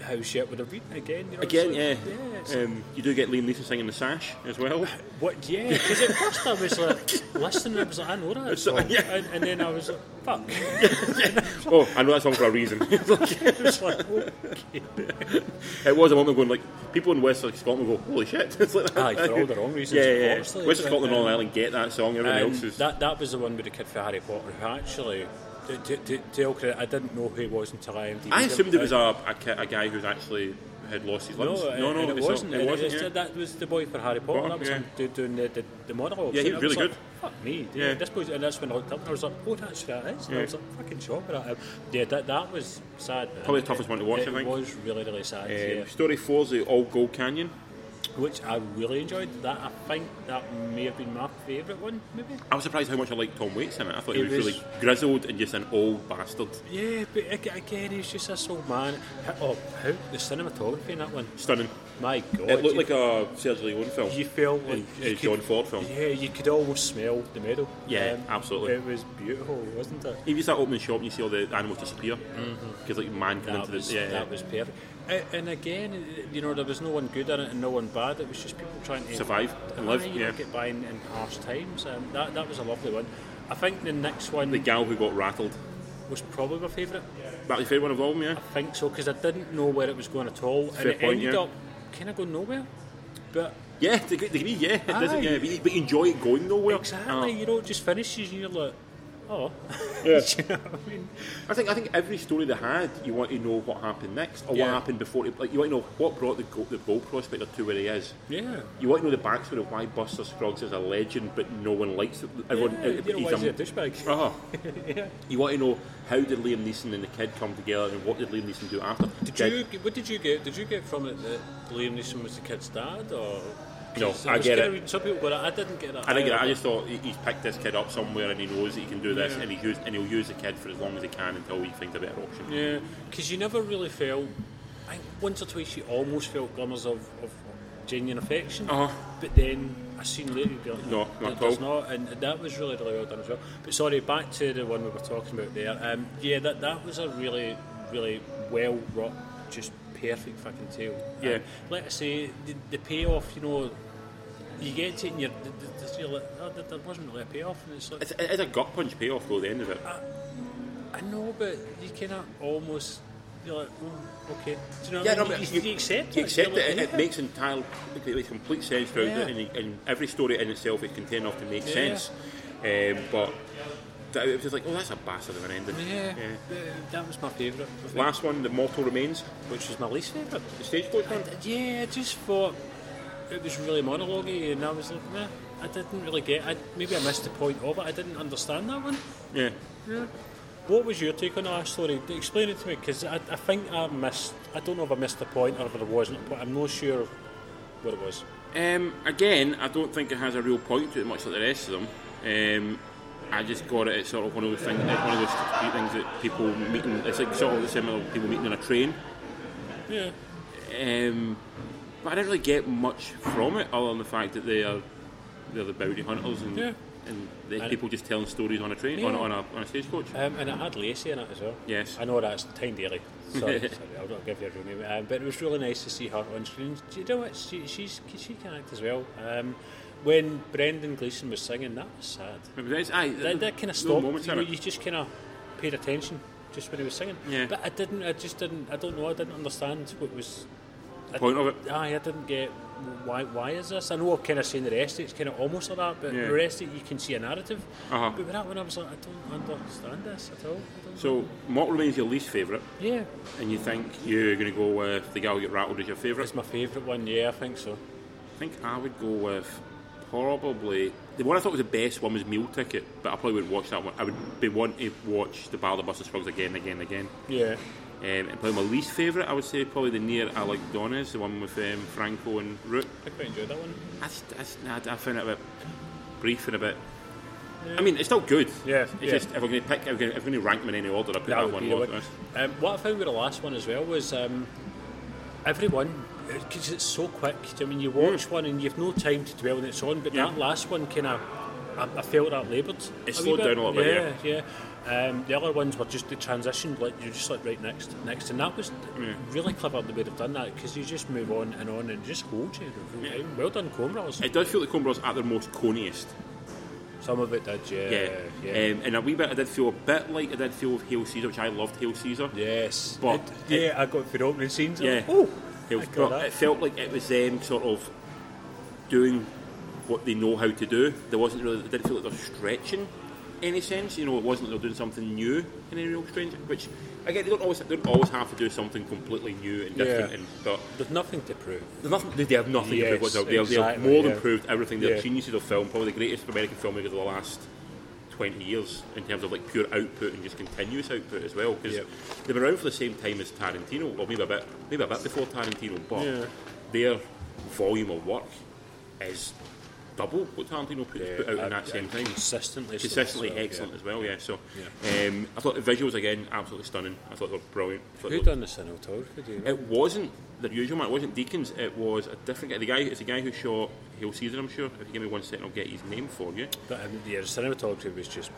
how shit would have been again. You know, it's
Again,
like-
yeah.
yeah. it's
um, you do get Liam Neeson singing the sash as
[LAUGHS]
well.
What? Yeah, because at first I was like, listening, I was like, I know that
So-
song,
yeah.
and, and then I was like, fuck. [LAUGHS]
oh, I know that song for a reason. [LAUGHS]
It was like, oh, okay.
it was a moment going like people in West like, Scotland go, holy shit! [LAUGHS] It's like that.
Aye, for all the wrong reasons,
Yeah,
of
yeah.
course, like,
West Scotland and
um,
Northern Ireland get that song. Everyone
Um,
else is.
that that was the one with the kid for Harry Potter. Who actually, to, to, to, to all credit, I didn't know who he was until IMDb.
I assumed it was a, a, ki- a guy who's actually had lost his
uh, no, uh,
limbs.
and- and it
it's not-
wasn't.
It
And
wasn't.
it's-
yeah.
That was the boy for Harry Potter.
Potter,
that was
yeah.
him do- doing the, the, the monologue.
Yeah, he was really
Fuck me.
Yeah.
Yeah. This boy's, and that's when I looked up and I was like, oh, that's who that is. And I was like, fucking shocked at him. Yeah, that, that was sad. man.
Probably the toughest one to watch,
It
I think.
was really, really
Um,
sad. yeah.
Story four is the All Gold Canyon.
Which I really enjoyed. That I think that may have been my favourite one, maybe.
I was surprised how much I liked Tom Waits in it. I thought he
It
was,
was-
really grizzled and just an old bastard.
Yeah, but ag- again, he's just this old man. H- Oh, how the cinematography in that one?
Stunning.
My God,
It looked
you,
like a Sergio Leone film.
you felt like
a- a
you
John Ford film.
Yeah, you could almost smell the metal.
Yeah, absolutely.
It was beautiful, wasn't it?
If you start opening shop and you see all the animals disappear, because like man come
Mm-hmm. That
into
was,
the yeah,
that was perfect. A- And again, you know, there was no one good in it and no one bad. It was just people trying to
Survive and live,
Aye, you know,
yeah.
get by in, in harsh times. Um, that that was a lovely one. I think the next one
the gal who got rattled.
was probably my favourite.
That's your favourite one of all, yeah.
I think so because I didn't know where it was going at all, and
Fair
it
point,
ended
yeah.
up kind of going nowhere. But
Yeah, to a great degree, yeah. It
Ah. Aye.
doesn't, yeah, but you, but you enjoy it going nowhere.
exactly, you know, it just finishes and you're like, oh,
uh, Yeah.
[LAUGHS] Do you know what I mean?
Ah. I think I think every story they had, you want to know what happened next or what
Yeah.
happened before. it- Like you want to know what brought the go- the gold prospector to where he is.
Yeah.
You want to know the backstory of why Buster Scruggs is a legend, but no one likes it. Everyone,
yeah, you know, why is
uh, he's
he
a
a
[LAUGHS]
douchebag? [LAUGHS]
Uh-huh. You want to know how did Liam Neeson and the kid come together, and what did Liam Neeson do after?
Did you? get- What did you get? Did you get from it that Liam Neeson was the kid's dad, or
No,
'cause
I
was
get
kinda
it.
re- Some people, but I didn't get that.
I think
either.
I just thought he- he's picked this kid up somewhere, and he knows that he can do this,
Yeah.
and he's used, and he'll use the kid for as long as he can until he finds a better option.
Yeah, because you never really felt. I think once or twice you almost felt glimmers of, of genuine affection.
Uh-huh.
But then I seen later you got
No, not at
there's
all.
not, and that was really really well done as well. But sorry, back to the one we were talking about there. Um, yeah, that that was a really really well wrought, just perfect fucking tale.
Yeah.
Um, let us say the, the payoff, you know. You get it, and you're, th- th- th- you're like, oh, there- there wasn't really a payoff, and it's like,
It's, it is a gut punch payoff though. The end of it.
I know, but you kind of almost you're like, oh, okay. Do you know? What
Yeah,
I
no,
mean?
but
you, you accept
You
it.
accept
You're
it. It,
like,
it makes entire, it makes complete sense throughout
Yeah.
it, and, and every story in itself is contained enough to make
Yeah.
sense. Um, but that, it was just like, oh, that's a bastard of an ending.
Yeah, Th- that was my favourite, I think,
Last one, the mortal remains,
which was my least favourite.
the stagecoach one.
Yeah, I just thought it was really monologue and I was like, nah, I didn't really get. I, maybe I missed the point of it. I didn't understand that one.
Yeah.
What was your take on the last story? Explain it to me, because I, I think I missed. I don't know if I missed the point or if there wasn't, but I'm not sure what it was.
Um, again, I don't think it has a real point to it, much like the rest of them. Um, I just got it. It's sort of one of those things. It's one of those things that people meeting. It's like sort of the similar people meeting on a train.
Yeah.
Um, but I didn't really get much from it, other than the fact that they are they're the bounty hunters and
Yeah.
and they,
And-
people just telling stories on a train on,
Yeah.
on a on a stagecoach.
Um, and it had Lacey in it as well.
Yes.
I know that's Tyne Daly. Sorry, sorry, I'll not give you her real name. Um, but it was really nice to see her on screen. Do you know what? She, she's, she can act as well. Um, when Brendan Gleeson was singing, that was sad.
It was- it's- aye,
That, that kind
no
of stopped.
moments
you,
in
know,
it.
you just kind of paid attention just when he was singing.
Yeah.
But I didn't, I just didn't, I don't know, I didn't understand what was. I,
Point of it.
Aye, I didn't get why why is this. I know I've kind of seen the rest of it, it's kind of almost like that, but
Yeah.
the rest of it you can see a narrative.
Uh-huh.
But with that one, I was like, I don't understand this at all. I don't
So Mortal Remains your least favourite,
yeah,
and you think you're going to go with the gal who get rattled as your favourite.
it's my favourite one. Yeah, I think so.
I think I would go with probably the one I thought was the best one was Meal Ticket, but I probably would watch that one. I would be wanting to watch the Battle of the Buster Scruggs again, again, again.
Yeah,
Um, and probably my least favourite, I would say, probably the near Alec Donis, the one with um, Franco and Root.
I quite enjoyed that one.
I, just- I, just- nah, I found it a bit brief and a bit I mean, it's still good.
Yeah,
It's
yeah.
just if we're going to pick, if we're going, if we're going to rank them in any order, I pick that,
That would
one.
be the
over
one.
this.
Um, what I found with the last one as well was um, everyone because it's so quick. I mean, you watch one and you've no time to dwell on its on. But
Mm. Yeah.
that last one kind of, I, I felt that laboured. wee
slowed
bit.
down a little bit,
Yeah, yeah. Um, the other ones were just the transition, like you're just like right next, next, and that was really clever the way they've done that because you just move on and on and just hold you. the whole time. Well done, Comrades.
It does feel like Coen Brothers at their most coniest.
Some of it did, yeah,
Yeah.
yeah.
Um, and a wee bit, I did feel a bit like I did feel with Hail Caesar, which I loved Hail Caesar.
Yes.
But
It- yeah, I got for the opening scenes.
Yeah.
Oh,
It,
I
was,
got
but
that.
it felt like it was them sort of doing what they know how to do. There wasn't really, it didn't feel like they're stretching any sense. You know, it wasn't like they're doing something new in any real strange. Which again, they don't always they don't always have to do something completely new and different.
Yeah.
And, but
There's nothing to prove.
there's nothing, they- they have nothing to prove
Yes,
whatsoever. They're, they're
exactly,
more than
yeah.
proved everything. They're
Yeah.
geniuses of film, probably the greatest American filmmaker of the last 20 years in terms of like pure output and just continuous output as well. Because
Yep.
they've been around for the same time as Tarantino, or maybe a bit, maybe a bit before Tarantino, but their volume of work is double what Tarantino put, put out in
and-
that same
and
time.
Uh, Consistently, so
Consistently
as well, yeah.
excellent as well, yeah. So, um, I thought the visuals again absolutely stunning. I thought they were brilliant. I thought they
Who
were
done the cinematography? Do you know?
it wasn't the usual man. It wasn't Deacons. It was a different guy. The guy. It's a guy who shot Hail Caesar. I'm sure. If you give me one second, I'll get his name for you.
But, um, yeah, the cinematography was just.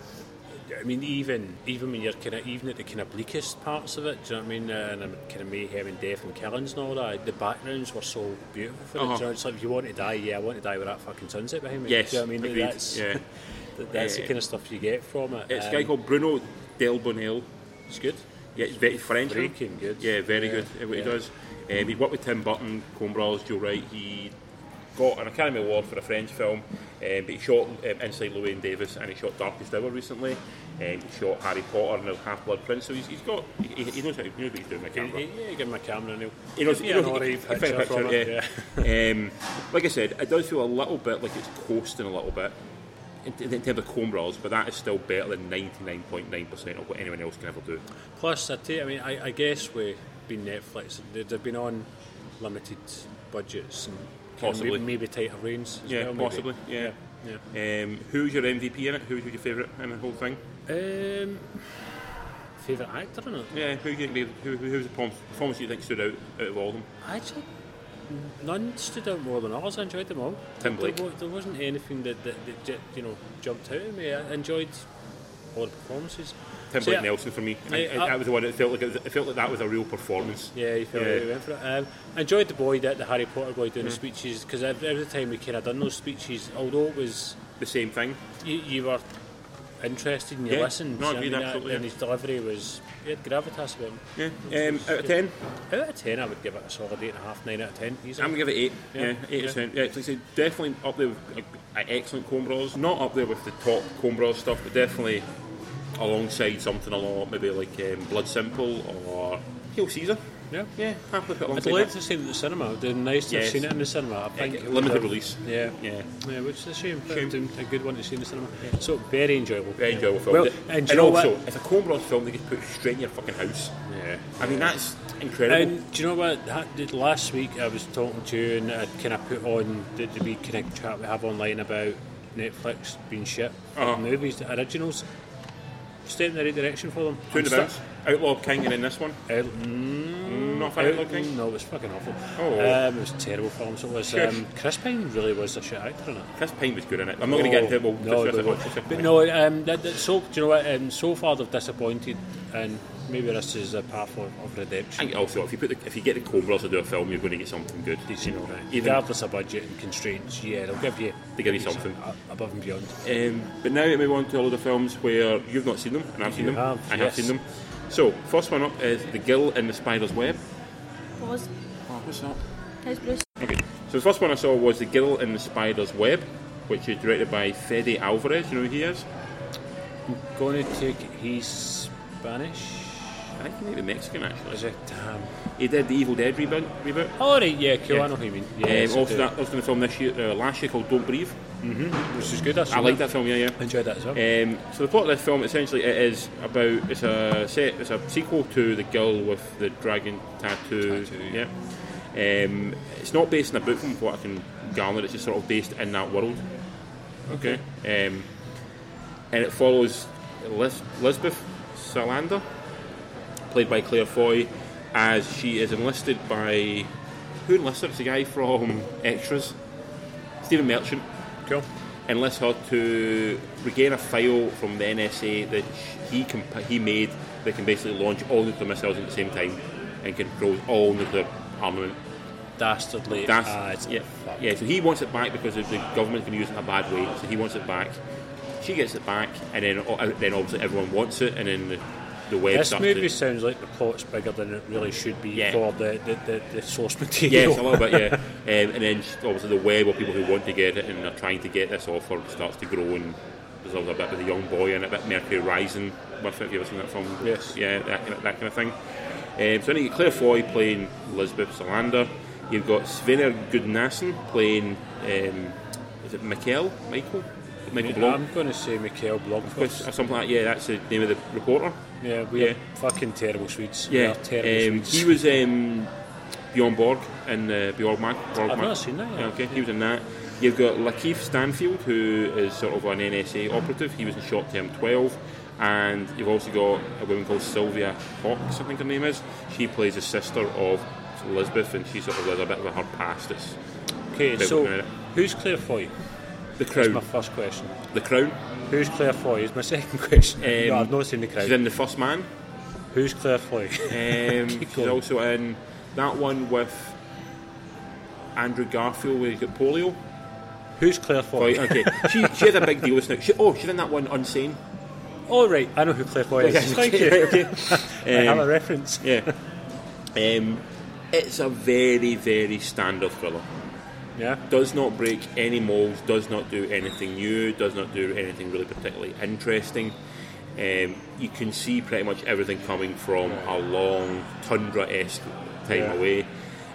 I mean, even even when you're kind of even at the kind of bleakest parts of it, do you know what I mean? Uh, and kind of mayhem and death and killings and all that. The backgrounds were so beautiful. For
Uh-huh.
it. do you know, It's like if you want to die, yeah, I want to die with that fucking sunset behind me.
Yes,
do you know what I mean?
agreed,
That's
yeah.
[LAUGHS] that, that's
Uh,
the kind of stuff you get from it.
It's a
Um,
guy called Bruno Delbonnel.
It's good.
Yeah, it's very French. huh?
Freaking good.
Yeah, very
Yeah,
good. at What he
yeah.
does. Um, he worked with Tim Burton, Coen Brothers, Joe Wright. He got an Academy Award for a French film, um, but he shot um, Inside Louis and Davis, and he shot Darkest Hour recently. Um, he shot Harry Potter and the Half Blood Prince. So he's, he's got he, he knows how he knows what he's doing. with
Yeah,
camera.
yeah, give him a camera and he'll
You know,
give
you
me an
know,
orate
you- you find
picture
a picture,
from it. Yeah.
yeah. um, like I said, it does feel a little bit like it's coasting a little bit in, in, terms of comb rolls, but that is still better than 99.9% of what anyone else can ever do.
Plus, I, tell you, I mean, I, I guess with being Netflix, they- they've been on limited budgets and kind of
Possibly.
may- maybe tighter reins. As
Yeah,
well, maybe.
possibly. Yeah.
yeah.
Um, who's your MVP in it? Who's your favourite in the whole thing?
Um, favorite actor in it?
Yeah, who do you think, who, who- who's the perform- performance you think stood out out of all of them?
Actually, none stood out more than others. I enjoyed them all.
Tim Blake.
There, wa- there wasn't anything that, that, that ju- you know jumped out at me. I enjoyed all the performances.
Tim
So,
Blake
yeah,
Nelson for me. I,
Yeah,
I-
I-
that was the one that felt like it, was, it felt like that was a real performance.
Yeah, he felt
Yeah. Mm.
yeah. really went for it. Um, I enjoyed the boy that the Harry Potter boy doing the speeches because every, every time we kind of done those speeches, although it was
The same thing.
you, you were interested and you
Yeah.
listened,
No, I
you
agreed,
know what I mean?
absolutely,
and
yeah.
his delivery was he had gravitas about him.
Yeah. Um, out of ten. Um,
Out of ten, I would give it a solid eight and a half, nine out of ten. Easy.
I'm gonna give it eight. Yeah,
Yeah,
eight
yeah.
percent. Yeah, it's like I said, definitely up there with uh, uh, excellent Coen Brothers. Not up there with the top Coen Brothers stuff, but definitely alongside something a lot, maybe like um, Blood Simple or Hail Caesar.
yeah.
Yeah, happily put
I'd
alongside
like
that.
to see them at the cinema. It'd be nice to
Yes.
have seen it in the cinema. I think
Yeah,
it
limited
would've-
release.
Yeah.
Yeah.
yeah, which is a shame. but it'd been A good one to see in the cinema. So very enjoyable.
Very enjoyable film.
Well,
and,
and do you know
also,
what?
it's a Coen Brothers film they just put straight in your fucking house.
Yeah.
I mean, that's incredible.
And do you know what? That- that Last week I was talking to you and I kind of put on the, the wee kind of chat we have online about Netflix being shit
Uh-huh.
movies, the originals. Step in the right direction for them.
Two and
I'm
a bounce. Outlaw King and in this one.
sta- Out- mm,
Not a fan of Outlaw King.
No, it was fucking awful.
Oh.
Um, it was a terrible film. So it was
Shush.
um, Chris Pine really was a shit actor in it.
Chris Pine was good in it. I'm not going to get into it. We'll
Oh. no,
discuss
no,
it.
no.
What's your
But
opinion?
no, um, that, that, so do you know what? Um, so far they've disappointed, and maybe this is a path of, of
I
redemption.
think also if you put the, if you get the Cobras to do a film, you're going to get something good. You know, even
regardless of budget and constraints, yeah, they'll give you
They give you something.
a- above and beyond.
Um, but now we move on to a load of films where you've not seen them, and I've seen
You
them.
have,
I have
yes.
seen them. So, first one up is The Gill and the Spider's Web.
Pause.
Oh,
How's Bruce?
Okay. So, the first one I saw was The Gill and the Spider's Web, which is directed by Fede Alvarez. You know who he is?
Going to take he's Spanish.
I think he may be Mexican, actually.
Is it? Damn.
He did the Evil Dead reboot. reboot.
Oh right, yeah, cool.
Yeah.
I know who you mean.
Um,
Yes, I
also,
do.
that was in the film this year, uh, last year called Don't Breathe.
which is good. That's
I like that film, yeah, yeah.
Enjoyed that as well.
Um, so the plot of this film essentially it is about it's a set it's a sequel to the girl with the dragon tattoo.
Tattoo,
Yeah. Um, it's not based in a book from what I can garner. It's just sort of based in that world. Okay. Um, and it follows Lis- Lisbeth Salander, played by Claire Foy, as she is enlisted by who enlisted? her? It's a guy from Extras, Stephen Merchant
Cool.
enlists her to regain a file from the NSA that sh- he comp- he made that can basically launch all nuclear missiles at the same time and controls all nuclear armament.
Dastardly.
That's
as
yeah,
fuck.
yeah. So he wants it back because the the government's going to use it in a bad way. So he wants it back. She gets it back, and then o- then obviously everyone wants it, and then the, the web
This
starts
movie
to-
sounds like the plot's bigger than it really should be
Yeah.
for the, the, the, the source [LAUGHS] material.
Yes, a little bit, yeah. Um, and then just obviously the web of people who want to get it and are trying to get this offer starts to grow and there's always a bit with a young boy and a bit Mercury Rising with it, if you've ever seen that film.
Yes.
Yeah, that kind of, that kind of thing. Um, so then you get Claire Foy playing Lisbeth Salander. You've got Svenner Gudnason playing, um, is it Michael? Michael? Michael Blom?
I'm going to say Mikhail
Or
Blomqvist.
something like yeah, that's the name of the reporter.
Yeah, we're
Yeah.
fucking terrible Swedes.
Yeah,
we are terrible
um,
Swedes.
he was um, Bjorn Borg in uh, Bjorn Mag. Borg
I've
Mag-
not seen that, yeah.
Yeah, okay, he was in that. You've got Lakeith Stanfield, who is sort of an NSA operative. He was in Short Term 12. And you've also got a woman called Sylvia Hawkes, I think her name is. She plays the sister of Lisbeth, and she sort of there's a bit of her past. It's
okay,
they
so
were doing it.
who's Claire Foy?
the
My
Crown.
first question.
The Crown.
Who's Claire Foy? Is my second question.
Um,
no, I've not seen the crowd.
She's in The First
[LAUGHS]
Man.
Who's Claire Foy?
Um,
Keep
she's
going.
also in that one with Andrew Garfield, where he's got polio.
[LAUGHS] Who's Claire Foy?
Right, okay. she, she had a big deal with Snoop. She, oh, she's in that one, Unsane.
All right, I know who Claire Foy is.
Yes,
Thank [LAUGHS]
okay,
you.
okay.
I have
Um,
a reference.
Yeah. Um, it's a very, very standard thriller.
Yeah.
Does not break any molds, does not do anything new, does not do anything really particularly interesting. Um, you can see pretty much everything coming from a long tundra esque time
Yeah.
away.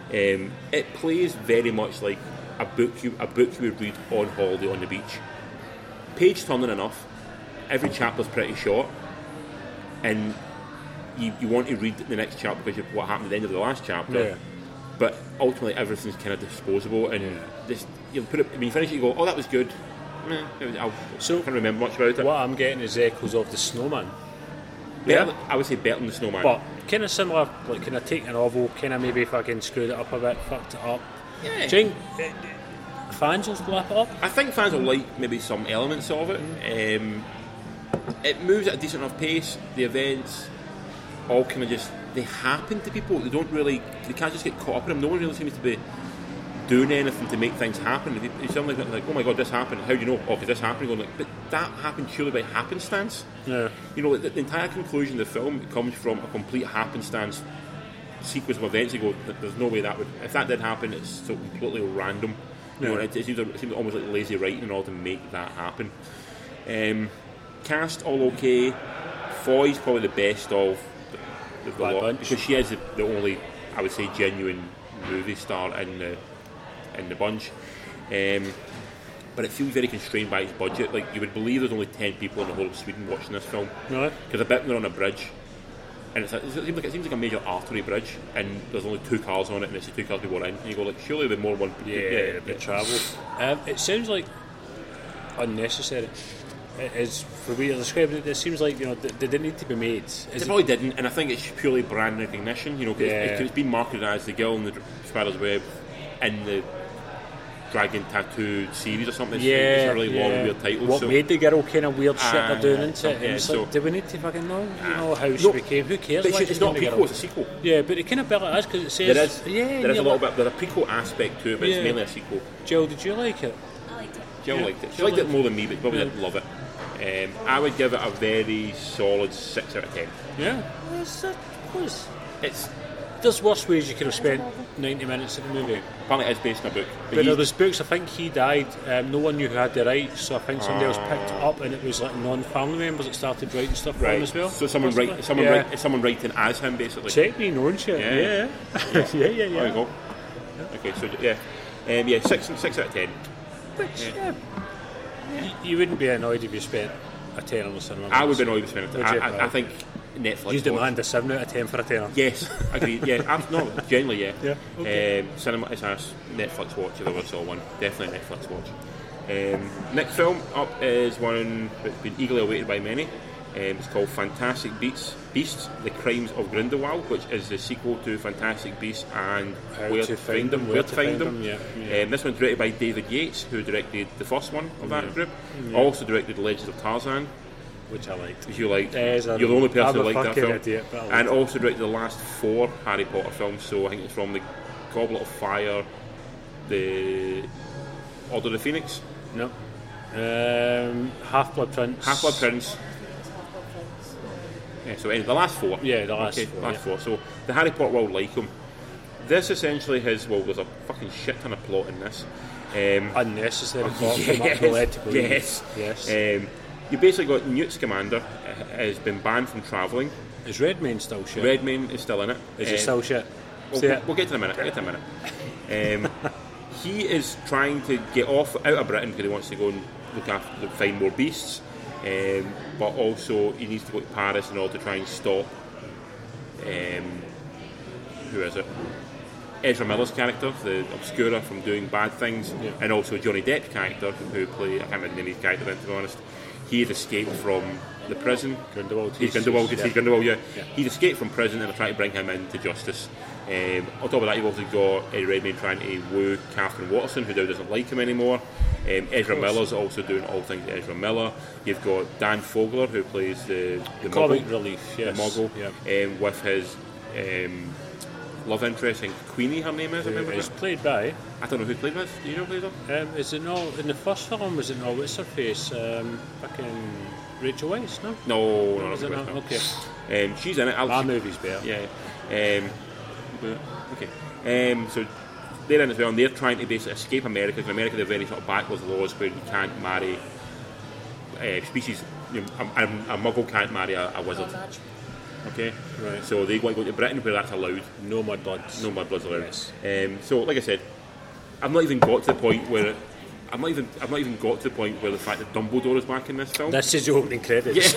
Um, it plays very much like a book you a book you would read on holiday on the beach. Page turning enough. Every chapter's pretty short, and you, you want to read the next chapter because of what happened at the end of the last chapter.
Yeah.
But ultimately, everything's kind of disposable, and uh, this you put it. When you finish, it, you go, "Oh, that was good." Meh, it was- I'll- I
So-
can't remember much about it.
What I'm getting is echoes of the Snowman,
Better-
yeah.
I would say better than the Snowman.
but kind of similar. Like, kind of take a novel, kind of maybe fucking screwed it up a bit, fucked it up.
Yeah.
Do you think uh, fans will slap it up?
I think fans will like maybe some elements of it.
Mm-hmm.
Um, it moves at a decent enough pace. The events all kind of just they happen to people. They don't really they can't just get caught up in them. No one really seems to be doing anything to make things happen. They- They suddenly like, oh my god, this happened. How do you know? Oh, because this happened. You're Going like, but that happened surely by happenstance.
Yeah.
You know, the, the entire conclusion of the film comes from a complete happenstance sequence of events. You go, "Th- there's no way that would. If that did happen, it's so completely random. You know,
Yeah.
it, it, seems, it seems almost like lazy writing in order to make that happen. Um, cast all okay. Foy's probably the best of the, the
Bad
lot
bunch.
because she is the, the only, I would say, genuine movie star in the in the bunch. Um, but it feels very constrained by its budget. Like you would believe there's only ten people in the whole of Sweden watching this film
Really?
because I bet they're on a bridge, and it's like, it seems like it seems like a major artery bridge, and there's only two cars on it, and it's the two cars people are in, and you go like, surely there'd be more than one.
Yeah, the travel. Um, it sounds like unnecessary. It is for me to describe it. It seems like you know they, they didn't need to be made. Is
They
it-
probably didn't, and I think it's purely brand recognition. You know, 'cause it's,
Yeah.
it's- 'cause it's been marketed as the girl in the Dr- Spider's Web and the Dragon Tattoo series or something. It's, it's a really long
yeah.
weird title.
What
so
made the girl kind of weird shit
Ah,
they're doing
yeah,
into it? And
yeah,
it's
so-
like, do we need to fucking know? You
Ah.
know how she
No,
became? Who cares?
but
why
it's, it's
she's
not a
doing the
prequel;
girl?
it's a sequel.
Yeah, but it kind of built it as because it says
There is,
yeah.
there is
yeah,
a little
but-
bit, there's a prequel aspect to it, but
Yeah.
it's mainly a sequel.
Jill, did you like it?
I liked it.
Jill
Yeah.
liked it. She
Jill
liked it
liked
more than me, but probably didn't love it. Um, I would give it a very solid six out of ten.
Yeah. It's, it was.
It's
There's worse ways you could have spent 90 minutes of the movie.
apparently it's based on a book. But
But
he's-
there was books. I think he died. Um, no one knew who had the rights, so I think somebody else picked
Oh.
it up, and it was like non-family members that started writing stuff for him as well.
So someone
possibly.
write, someone
yeah.
write, is someone writing as him basically.
Check me, no shit.
Yeah. [LAUGHS] Oh,
yeah, yeah, yeah.
There you go. Okay, so yeah, um, yeah, six six out of ten.
Which, yeah. You, you wouldn't be annoyed if you spent a ten on the cinema.
I would be annoyed if spent it.
Would
I,
you?
I, I think Netflix.
You
would.
demand a seven out of ten for a tenner.
Yes, agreed. Yeah, abs- no, generally, yeah.
Yeah, okay.
Um, cinema is a Netflix watch if I ever saw one. Definitely a Netflix watch. Um, next film up is one that's been eagerly awaited by many. Um, it's called Fantastic Beasts, Beasts: The Crimes of Grindelwald, which is the sequel to Fantastic Beasts and
How to Find Them,
Where to Find Them.
yeah, yeah.
Um, this one's directed by David Yates, who directed the first one of that group. Also directed Legends of Tarzan,
which I liked.
if you like.
Yes,
You're
I'm-
the only person
I'm
who
a
liked that
fucking
film.
idiot, but I liked
and also directed the last four Harry Potter films, so I think it's from The Goblet of Fire, The Order of the Phoenix,
No. Um, Half Blood Prince.
Half Blood Prince. Yeah, so anyway, the last four.
Yeah, the last
okay,
four,
Last
yeah.
four. So the Harry Potter world like him. This essentially has, well, there's a fucking shit ton of plot in this. Um, [LAUGHS]
Unnecessary plot from
yes,
Michael Ed to believe.
yes,
Yes.
Um, you basically got Newt Scamander uh, has been banned from travelling.
Is Redmayne still shit?
Redmayne is still in it.
Is
Um,
he still shit?
We'll,
See it?
we'll get to it in a minute. Get to it in a minute. Um, [LAUGHS] he is trying to get off out of Britain because he wants to go and look after find more beasts, um, but also he needs to go to Paris in order to try and stop. Um, who is it? Ezra Miller's character, the Obscura from doing bad things,
Yeah.
and also Johnny Depp's character, who play I can't remember the name of his character. Then, to be honest, he had escaped from the prison.
Grindelwald,
He's
he's-
Grindelwald.
he's-
he's Grindelwald. Yeah.
Yeah.
He's escaped from prison and they're trying to bring him into justice. Um, on top of that, you've also got Eddie Redmayne trying to woo Catherine Watson, who now doesn't like him anymore. Um, Ezra Miller's also doing all things Ezra Miller. You've got Dan Fogler, who plays the, the
Comic
Muggle,
relief, yes.
the Muggle
Yeah.
um, with his um, love interest, I think Queenie, her name is, I remember.
It's
it.
played by.
I don't know who played this. Do you know who played her?
Um, is it not in the first film? Was it not what's her face? Um, fucking Rachel Weisz, no.
No, no, no.
Is it
no.
not? Okay.
Um, she's in it. I'll,
That movie's better.
Yeah. Um, but- okay. Um, so they're in as well, and they're trying to basically escape America. 'cause in America, they're very sort of backwards laws where you can't marry uh, species. You know, a, a, a muggle can't marry a, a wizard. Okay.
Right.
So they want to go to Britain where that's allowed.
No Mudbloods.
No mudbloods allowed.
Yes.
Um, so, like I said, I've not even got to the point where. It, I'm not even. I've not even got to the point where the fact that Dumbledore is back in this
[LAUGHS]
film.
This is the opening credits.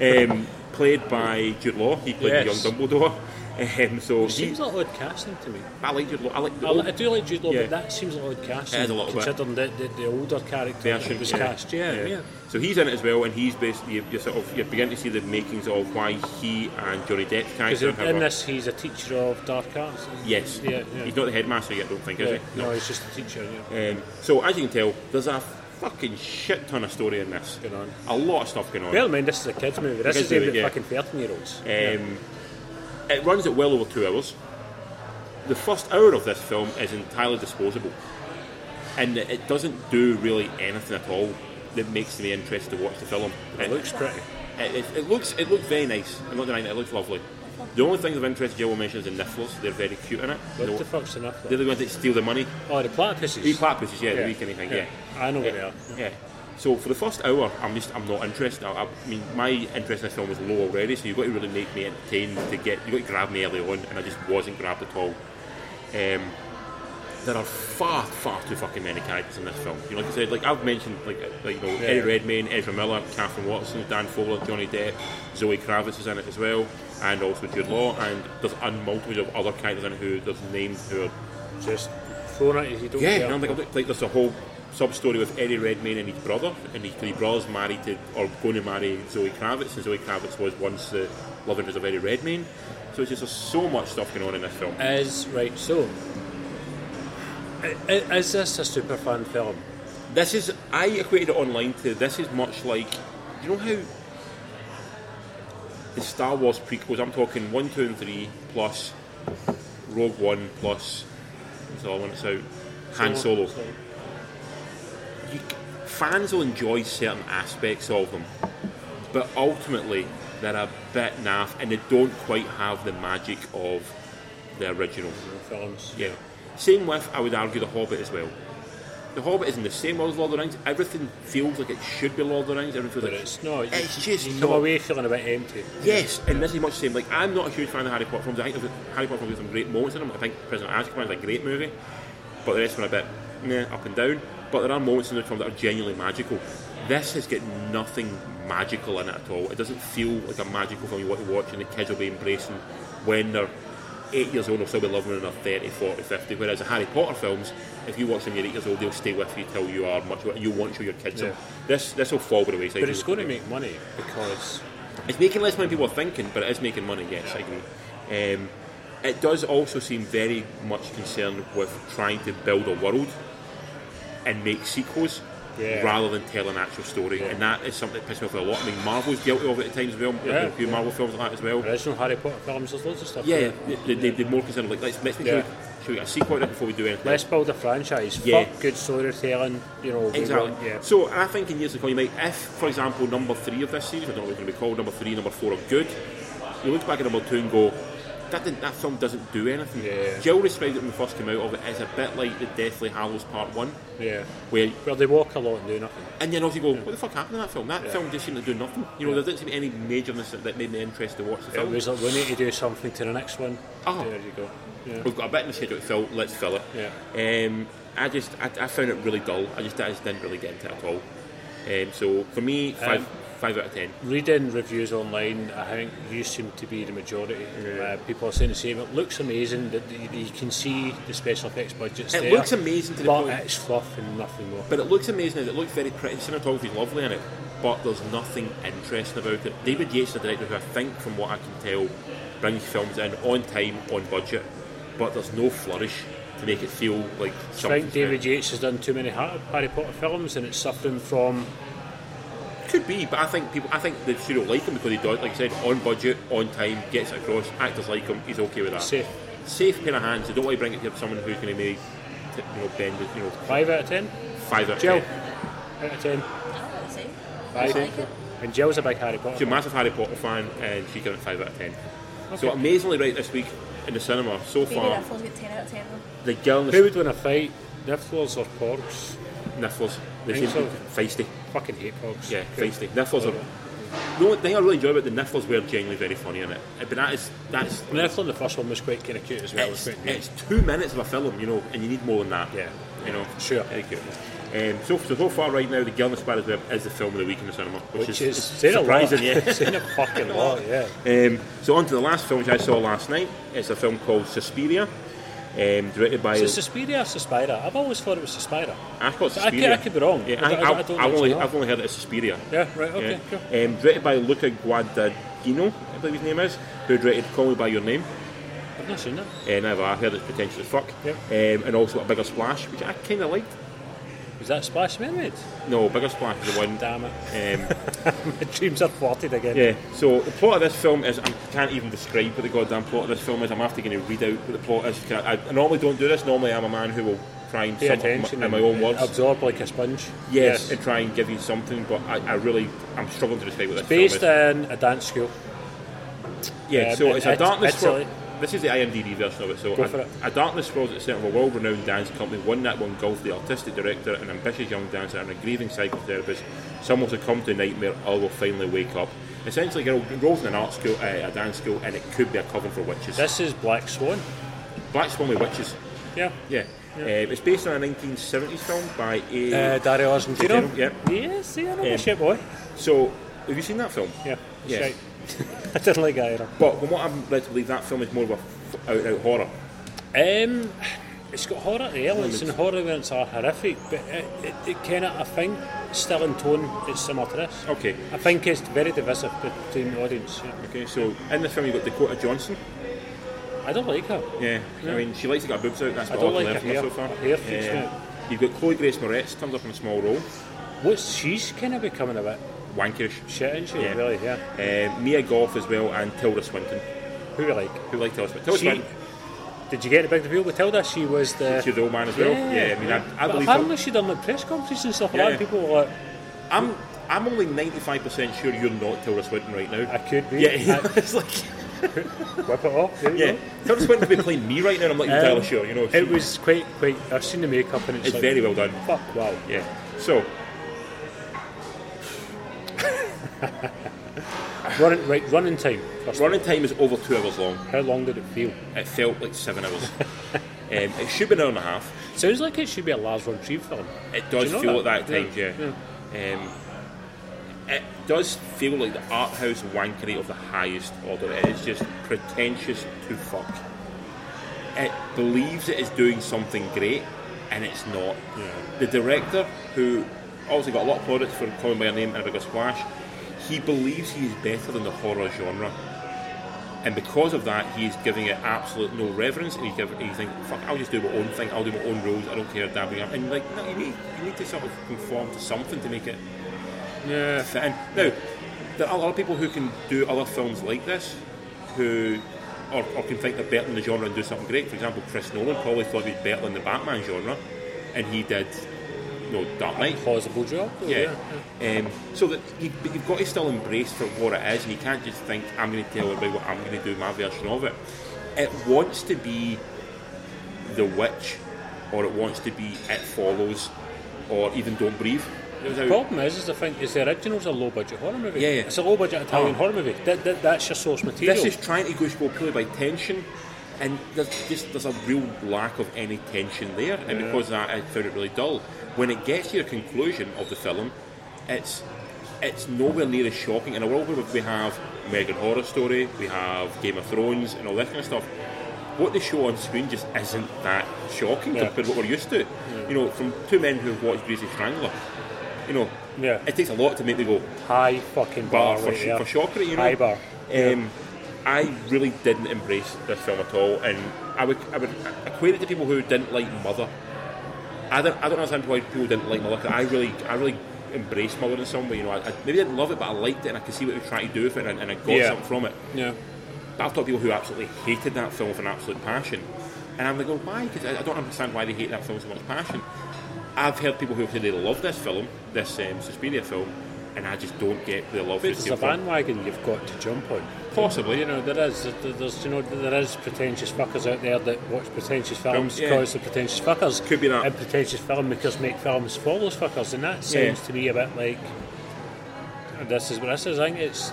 um, played by Jude Law. He played
Yes.
young Dumbledore. [LAUGHS] Um, so he,
Seems like odd casting to me.
I like Jude Law. I like the
I,
old
I do like Jude Law,
Yeah.
but that seems like odd casting.
It is a little bit.
considering the, the, the older character
version.
that was cast. Yeah, yeah.
So he's in it as well, and he's basically you you're sort of you're beginning to see the makings of why he and Johnny Depp's
Because
character. have
in
a-
this, he's a teacher of dark arts.
yes,
Yeah, yeah.
he's not the headmaster yet. I don't think
yeah.
is he?
no. he's just a teacher. Yeah.
Um, so as you can tell, there's a fucking shit ton of story in this.
Going on.
A lot of stuff going on.
Bear in mind, this is a kids' movie. This
Kids
is aimed
movie,
at
yeah.
fucking thirteen-year-olds.
Um, It runs at well over two hours. The first hour of this film is entirely disposable, and it doesn't do really anything at all that makes me interested to watch the film.
It looks pretty.
It, it, it looks it looks very nice. I'm not denying it. It looks lovely. The only things of interest Jill will mention is the nifflers. They're very cute in it.
What
They're
the fuck's the nipple?
they're the ones that steal the money.
Oh, the platypuses.
The platypuses, yeah, the
Yeah.
weak anything, yeah.
Yeah. I know
yeah.
where they are.
Yeah. So for the first hour, I'm just I'm not interested. I, I mean, my interest in this film was low already, so you've got to really make me entertained to get you got to grab me early on, and I just wasn't grabbed at all. Um, there are far, far too fucking many characters in this film. You know, like I said, like I've mentioned, like, uh, like you know, Eddie Redmayne, Ezra Miller, Catherine Watson, Dan Fowler, Johnny Depp, Zoe Kravitz is in it as well, and also Jude Law, and there's a multitude of other characters in it who there's names who are
Just thrown at you. You don't
yeah,
care.
and I'm like, I'm like, like there's a whole sub story with Eddie Redmayne and his brother, and his, his brother's married to or going to marry Zoe Kravitz, and Zoe Kravitz was once the love interest of Eddie Redmayne. So it's just there's so much stuff going on in this film.
Is right. So, i- i- is this a super fan film?
This is I equated it online to this is much like you know how the Star Wars prequels. I'm talking one, two, and three plus Rogue One plus. That's all I want to out. Han Solo. you, fans will enjoy certain aspects of them, but ultimately they're a bit naff and they don't quite have the magic of the original.
Films.
Yeah. Same with, I would argue, The Hobbit as well. The Hobbit is in the same world as Lord of the Rings. Everything feels like it should be Lord of the Rings. Everything feels
But
like
it's not. You,
It's just
you
not-
come away feeling a bit empty.
Yes, and this is much the same. Like, I'm not a huge fan of Harry Potter films. I think Harry Potter films have some great moments in them. I think Prisoner of Azkaban is a great movie, but the rest of them are a bit nah, up and down. But there are moments in the film that are genuinely magical. This has got nothing magical in it at all. It doesn't feel like a magical film you want to watch, and the kids will be embracing when they're eight years old will still be loving when they're 30, 40, 50. Whereas the Harry Potter films, if you watch them, you're eight years old, they'll stay with you till you are much. You won't show your kids
Yeah.
them. This this will fall by the wayside.
But it's going to make money because
It's making less money than people are thinking, but it is making money, yes, I agree. Um, it does also seem very much concerned with trying to build a world and make sequels
Yeah.
rather than tell an actual story. And that is something that pisses me off a lot. I mean, Marvel's guilty of it at times as well. There's been
Yeah.
a few Marvel films like that as well.
original Harry Potter films, there's loads of stuff.
Yeah, they, they, they're more concerned, like, let's, let's make sure,
Yeah.
we, should we get a sequel out before we do anything.
Let's build a franchise.
Yeah.
Fuck good storytelling. You know, we
Exactly.
want- yeah.
So I think in years to come, you might, if, for example, number three of this series, I don't know what it's going to be called, number three, number four are good, you look back at number two and go, that, didn't, that film doesn't do anything.
Yeah.
Jill described it when we first came out of it as a bit like the Deathly Hallows Part 1,
yeah.
where,
Well, they walk a lot and do nothing.
and then also you go, what the fuck happened in that film? That
Yeah.
film just seemed to do nothing. You know, there didn't seem any majorness that- that made me interested to watch the
It
film.
was like, we need to do something to the next one.
Oh.
There you go. Yeah.
We've got a bit in the schedule to fill, let's fill it. Um, I just, I, I found it really dull. I just, I just didn't really get into it at all. Um, so for me, five,
Um,
five out of ten.
Reading reviews online, I think you seem to be the majority. Uh, people are saying the same. It looks amazing. That that you can see the special effects budgets.
It
there,
looks amazing to the
but
point-
it's fluff and nothing more.
But it looks amazing. It looks very pretty. Cinematography's lovely in it, but there's nothing interesting about it. David Yates, the director, who I think, from what I can tell, brings films in on time, on budget, but there's no flourish to make it feel like
I
something.
think David Yates has done too many Har- Harry Potter films, and it's suffering from
could be, but I think people, I think the studio like him because he does, like I said, on budget, on time, gets it across. Actors like him. He's okay with that.
Safe.
safe pair of hands. They don't want to bring it to someone who's going to make, t- you know, bend it. You know,
five out of ten.
five out of
Jill,
ten.
out of ten.
That's it.
Five.
I like it.
And Jill's a big Harry
She's
Potter.
a
fan.
massive Harry Potter fan, and she gave it five out of ten. So
Okay.
amazingly, right this week in the cinema so
Maybe
far,
that film's got 10 out of 10 though.
the girl in
Who
the
would win a fight, Nifflers or Porgs?
Nifflers, they seem
Think
to be feisty.
Fucking hate Porgs.
Yeah, feisty. Nifflers are. The only thing I really enjoy about the Nifflers were genuinely very funny in it, Uh, but that is that's
Niffler in the first one was quite kind of cute as well. It was
it's,
quite neat.
it's two minutes of a film, you know, and you need more than that.
Yeah.
you know,
Sure.
Very good. Um, so, so so far right now, the girl in the spider's web is the film of the week in the cinema, which,
Which
is,
is saying a lot.
surprising.
[LAUGHS]
Yeah,
Saying a
[LAUGHS]
fucking lot, yeah.
Um, so on to the last film which I saw last night. It's a film called Suspiria, um, directed by.
Is it Suspiria or Suspira? I've always thought it was Suspira.
I thought
I could-
Suspiria.
I could be wrong.
Yeah, I,
I don't- I
I,
don't
have only,
know.
I've only heard it as Suspiria.
Yeah, right, okay,
Yeah.
cool.
Um, directed by Luca Guadagnino, I believe his name is, who directed Call Me By Your Name.
I've not seen that.
And I've I heard it's potential as fuck.
Yep.
Um, and also A Bigger Splash, which I kind of liked.
Was that Splash Mermaid?
No, Bigger Splash is the one.
Damn it. [LAUGHS]
Um,
My dreams are thwarted again.
Yeah, so the plot of this film is I can't even describe what the goddamn plot of this film is. I'm after going to read out what the plot is. 'cause I, I normally don't do this. Normally, I'm a man who will try and
Pay
sum up
attention
my- in my own
and
words.
Absorb like a sponge.
yes, and try and give you something. But I, I really, I'm struggling to describe what this
Based
film
in a dance school.
is. Yeah,
um,
so it's a
it's-
darkness.
it's
Swirl-
a-
this is the IMDb version of it. So
Go
a,
for it.
a darkness swirls at the centre of a world-renowned dance company. One that will engulf the artistic director, an ambitious young dancer, and a grieving psychotherapist. Some will succumb to a nightmare, all will finally wake up. Essentially, you know, it rolls in an art school, uh, a dance school, and it could be a coven for witches.
This is Black Swan.
Black Swan with Witches.
Yeah.
Yeah. Um, it's based on a 1970s film by A.
Uh, Dario Argentino.
Yep.
Yes, yeah, I know
Um,
my shit, boy.
so, have you seen that film?
Yeah.
Yeah.
shite. [LAUGHS] I didn't like it either.
But from what I'm led to believe, that film is more of a f- out out horror.
Um, it's got horror elements, and horror elements are horrific, but it, it, it kind of, I think, still in tone, it's similar to this.
Okay.
I think it's very divisive between the audience. yeah.
Okay, so in the film you've got Dakota Johnson.
I don't like her.
Yeah. I mean, she likes to get her boobs out, that's
I
what I've
don't like
left
her hair.
so far.
Her hair freaks me out.
You've got Chloe Grace Moretz, comes up in a small role.
What's she's kind of becoming a bit
Wankerish.
shit, isn't she?
Yeah.
Really, yeah.
Um, Mia Goff as well, and Tilda Swinton.
Who we like?
Who like Tilda Swinton? Tilda
She,
Swinton,
did you get the big reveal with Tilda? She was the.
she's the old man as well. Yeah, I mean, I, I
But
believe her.
apparently she done like press conferences and stuff
Yeah.
like that. People were like,
I'm I'm only 95% sure you're not Tilda Swinton right now.
I could
[LAUGHS]
be.
yeah,
I-
it's like
whip it off. there you
yeah.
go.
Tilda Swinton's been playing me right now. and I'm not entirely
Um,
sure. You know, she-
It was quite, quite. I've seen the makeup and it's,
it's
like,
very well done.
Fuck, wow.
Yeah. So
Running, right, running time. First
running time is over two hours long.
How long did it feel?
It felt like seven
[LAUGHS]
hours. um, it should be an hour and a half.
Sounds like it should be a Lars von Trier film.
It does
Do you know
feel at
that?
that time, yeah.
Yeah,
Um, it does feel like the art house wankery of the highest order. It is just pretentious to fuck. it believes it is doing something great, and it's not. The director, who obviously got a lot of plaudits for calling by Your name and a bigger splash, he believes he is better than the horror genre. And because of that, he's giving it absolute no reverence, and he's giving, he's thinking, "Fuck, I'll just do my own thing. I'll do my own rules. I don't care that we are." And like, no, you need you need to sort of conform to something to make it
Yeah.
fit in. Now, there are a lot of people who can do other films like this, who or, or can think they're better than the genre and do something great. For example, Chris Nolan probably thought he was better than the Batman genre, and he did, you know, Dark Knight.
Plausible job. though,
Yeah. Um, so that you, but you've got to still embrace for what it is, and you can't just think I'm going to tell everybody what I'm going to do my version of it. It wants to be the witch, or it wants to be it follows, or even don't breathe. It was
The
how-
problem is, is I think, is the original's a low budget horror movie.
Yeah, yeah.
It's a low budget Italian
Oh.
horror movie. That, that, that's your source material.
this is trying to go go purely by tension, and there's just there's a real lack of any tension there, and because of that I found it really dull. When it gets to your conclusion of the film, it's it's nowhere near as shocking. In a world where we have American Horror Story, we have Game of Thrones, and all that kind of stuff. What they show on screen just isn't that shocking
Yeah.
compared to what we're used to. You know, from two men who have watched Greasy Strangler, you know,
Yeah.
it takes a lot to make me go,
high fucking bar,
bar for,
right
sh-
there.
for shocker, you know.
High bar.
Um, I really didn't embrace this film at all, and I would I would equate it to people who didn't like Mother. I don't I don't understand why people didn't like Mother. 'cause I really I really embraced Mother in some way. You know, I, I maybe didn't love it, but I liked it, and I could see what they were trying to do with it, and, and I got
Yeah.
something from it.
Yeah.
But I've talked to people who absolutely hated that film with an absolute passion. And I'm like, oh, why? Because I, I don't understand why they hate that film with so much passion. I've heard people who have said they love this film, this um, Suspiria film, and I just don't get the love for
But
the
there's a
film.
bandwagon you've got to jump on.
Possibly.
You know, there is. There- There's, you know, there is pretentious fuckers out there that watch pretentious films
yeah.
because they're pretentious fuckers.
Could be that.
And pretentious filmmakers make films for those fuckers, and that sounds
Yeah.
to me a bit like this is what this is. I think it's.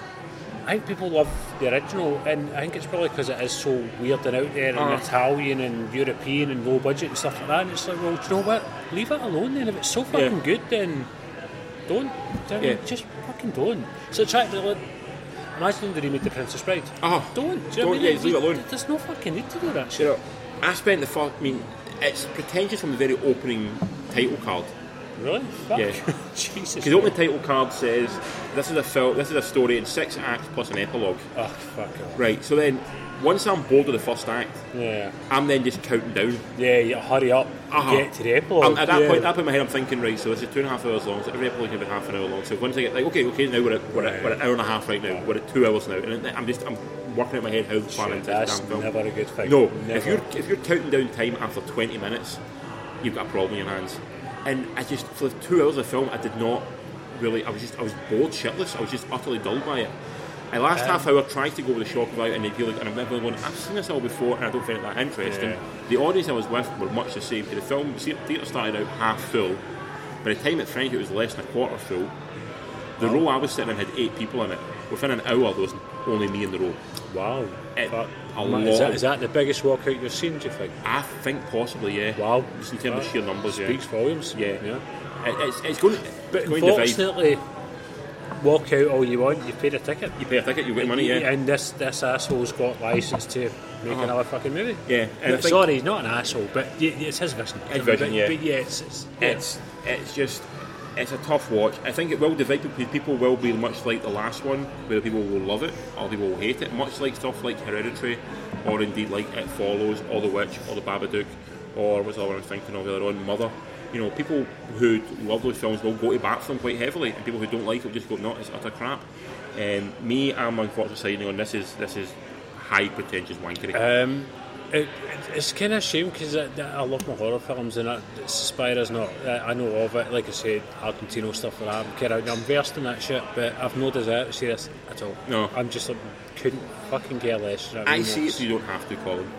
I think people love the original, and I think it's probably because it is so weird and out there, and
Uh.
Italian and European and low budget and stuff like that. And it's like, well, do you know what? Leave it alone then. If it's so fucking good, then don't. don't
Yeah.
Just fucking don't. So try to like, imagine they remade the Princess Bride.
Oh,
don't. Do you
don't,
know what I mean?
yeah, just leave it
We-
alone.
There's no fucking need to do that
You
shit.
know, I spent the first. I mean, it's pretentious from the very opening title card.
Really? Fuck.
Yeah.
[LAUGHS] Jesus.
Because the opening title card says, "This is a film. This is a story in six acts plus an epilogue."
Oh, fuck off.
Right. So then, once I'm bored of the first act,
Yeah.
I'm then just counting down.
Yeah, yeah, hurry up.
Uh-huh.
Get to the epilogue.
Um, at that
yeah.
point, at that point in my head, I'm thinking, right, so this is two and a half hours long, so every epilode's going to be half an hour long. So once I get, like, okay, okay, now we're at, we're at, we're at an hour and a half right now, we're at two hours now, and I'm just, I'm working out in my head how far
Shit,
into this
that's
damn film.
never a good thing.
No,
Never.
if you're if you're counting down time after 20 minutes, you've got a problem in your hands. And I just for the two hours of film, I did not really. I was just I was bored shitless. I was just utterly dulled by it. I last half hour tried to go with a shock value, and they feel like, and I'm never going. I've seen this all before, and I don't find it that interesting.
Yeah.
The audience I was with were much the same. The film the theater started out half full. By the time it finished, it was less than a quarter full. The row I was sitting in had eight people in it. Within an hour, there was only me in the row.
Wow.
It-
Fuck.
a
Is
lot
that,
of-
is that the biggest walkout you've seen, do you think?
I think possibly, yeah.
Wow.
Just in terms of
That
sheer numbers, yeah.
Speaks volumes.
Yeah.
yeah.
It- It's, it's going, but it's going to divide.
Fortunately, walk out all you want, you've paid a ticket.
You pay a ticket, you get money, yeah.
And this, this asshole's got license to make
Uh-huh.
another fucking movie.
Yeah, and I
But
think-
sorry, he's not an asshole, but y- it's his vision.
His vision,
but,
yeah.
But yeah, it's. it's, yeah.
It's it's just it's a tough watch. I think it will divide because people will be much like the last one, where people will love it or people will hate it. Much like stuff like Hereditary, or indeed like It Follows, or The Witch, or The Babadook, or what's the other one I'm thinking of the other one, Mother. You know, people who love those films will go to bat for them quite heavily, and people who don't like it will just go, "No, it's utter crap." Um, me, I'm unfortunately signing on. This is this is high pretentious wankery.
Um, it, it- it's kind of a shame because I, I love my horror films and I, Suspira's not. I, I know of it, like I said, Argentino stuff like that. I'm, kind of, I'm versed in that shit, but I've no desire to see this at all.
No.
I'm just like, couldn't fucking care less. you know what
I
mean?
see it,
It's-
so you don't have to, Colin.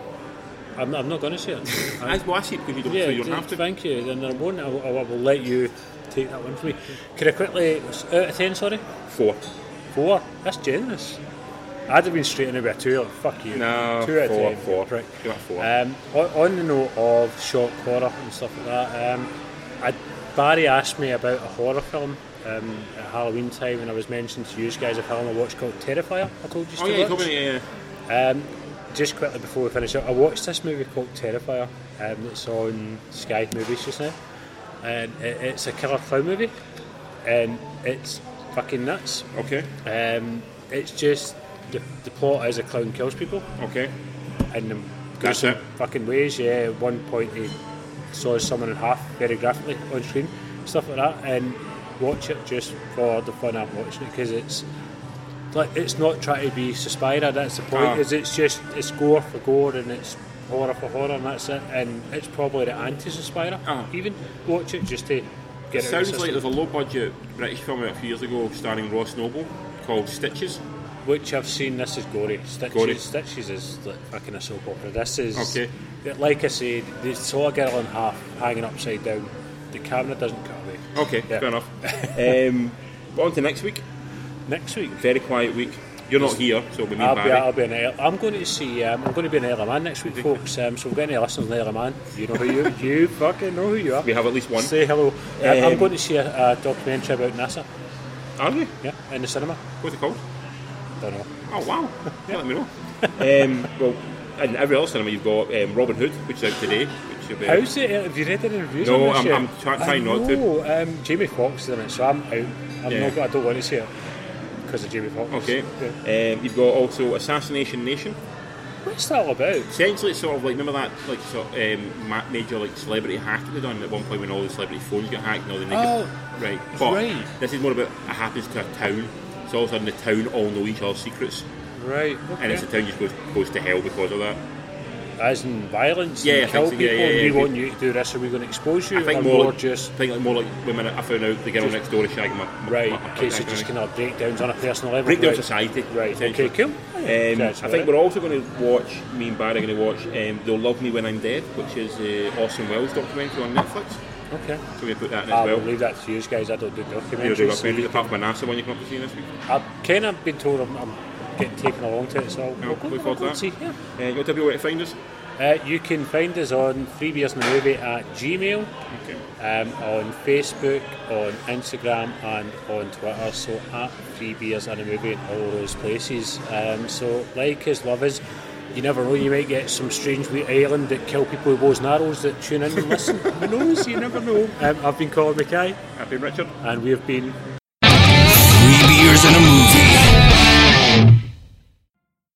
I'm, I'm not going to
[LAUGHS]
see it.
I, well, I see it because you don't, so you don't
th-
have to.
Thank you. Then I won't. I will, I will let you take that one for me. Could I quickly out of ten? Sorry,
Four.
four. That's generous. I'd have been straight in about a two. Like, fuck you.
No,
two out
four,
of ten.
four.
you Prick.
Give it a four.
Um, on, on the note of shock horror and stuff like that, um, I, Barry asked me about a horror film. Um, at Halloween time, and I was mentioning to you guys a film I watched called Terrifier. I told you
Oh
to
yeah, you
watch.
told me. Yeah, yeah.
Um, just quickly before we finish up, I watched this movie called Terrifier. Um, it's on Sky Movies just now, and it, it's a killer clown movie, and it's fucking nuts.
Okay.
Um, it's just the, the plot is a clown kills people
Okay.
in the
That's
gruesome
it.
um, fucking ways. Yeah, at one point he saws someone in half very graphically on screen, stuff like that. And watch it just for the fun of watching it because it's like it's not trying to be Suspira. That's the point.
Ah.
Is it's just it's gore for gore and it's horror for horror and that's it. And it's probably the anti-Suspira.
Ah.
Even watch it just to get it. out of
Sounds
the
like
system.
there's a low budget British film out a few years ago starring Ross Noble called Stitches.
Which I've seen, this is gory. Stitches,
Gory.
Stitches is like fucking a soap opera. This is.
Okay.
that- Like I said, they saw a girl in half hanging upside down. The camera doesn't cut away.
Okay,
Yeah.
fair
[LAUGHS]
enough. um, but on to next week.
Next week,
Very quiet week. You're not here, so we need
I'll be, I'll
Barry.
be in Ireland. I'm going to see. Um, I'm going to be in Ireland next week, folks. Um, so we've got any listeners in Ireland? You know who you. [LAUGHS] you fucking know who you are.
We have at least one.
Say hello. Um,
Um,
I'm going to see a, a documentary about NASA.
Are we?
Yeah, in the cinema.
What's it called?
Don't know.
Oh
[LAUGHS]
wow! Let me know. um, well, and every other cinema you've got um, Robin Hood, which is out today. Which you'll be,
How's it? uh, Have you read any reviews?
No,
on
I'm-
this yet?
I'm try-
I
trying not to.
know, Um, Jamie Fox is in it, so I'm out. I'm
Yeah.
not not. I don't want to see it because of Jamie Fox.
okay.
Yeah.
Um, you've got also Assassination Nation.
What's that all about?
Essentially, it's sort of like remember that like sort of, um, ma- major like celebrity hack that they done at one point when all the celebrity phones got hacked and all the niggas-
Oh,
right. But
right.
this is more about it happens to a town. So all of a sudden, the town all know each other's secrets,
Right. Okay.
and it's the town just goes goes to hell because of that.
As in violence.
Yeah, I think
and kill
so,
people.
yeah, yeah,
we
yeah.
want you to do this. Are we going to expose you?
I think
or
more,
more
like,
just
I think like more like women. I found out the girl
Just-
next door is shagging my, my
right
my- my-
cases,
my-
just kind of breakdowns on a personal level.
Breakdown
right.
Society.
Right.
essentially.
Okay. Cool.
Um,
That's
I
all
think
right.
we're also going to watch. Me and Barry are going to watch um, "They'll Love Me When I'm Dead," which is uh, Austin Wells documentary on Netflix.
Okay.
So we put that in as
I
well.
will leave that to you guys. I don't do
You know, they've got
documentaries.
movies apart from a NASA one you can up to see this week.
I've kind of been told I'm, I'm getting taken along to it, so I'll
Yeah,
I'll go,
look
I'll
forward to
go and
that.
see. Yeah.
Uh, you want to tell people where to find us?
Uh, you can find us on Three Beers in the Movie at Gmail,
Okay.
um, on Facebook, on Instagram, and on Twitter. So at Three Beers in the Movie in all those places. Um, so like us, love us. You never know, you might get some strange wee island that kill people with bows and arrows that tune in and listen. [LAUGHS] Who knows? You never know. Um, I've been Colin McKay,
I've been Richard.
and we have been
Three beers and a movie.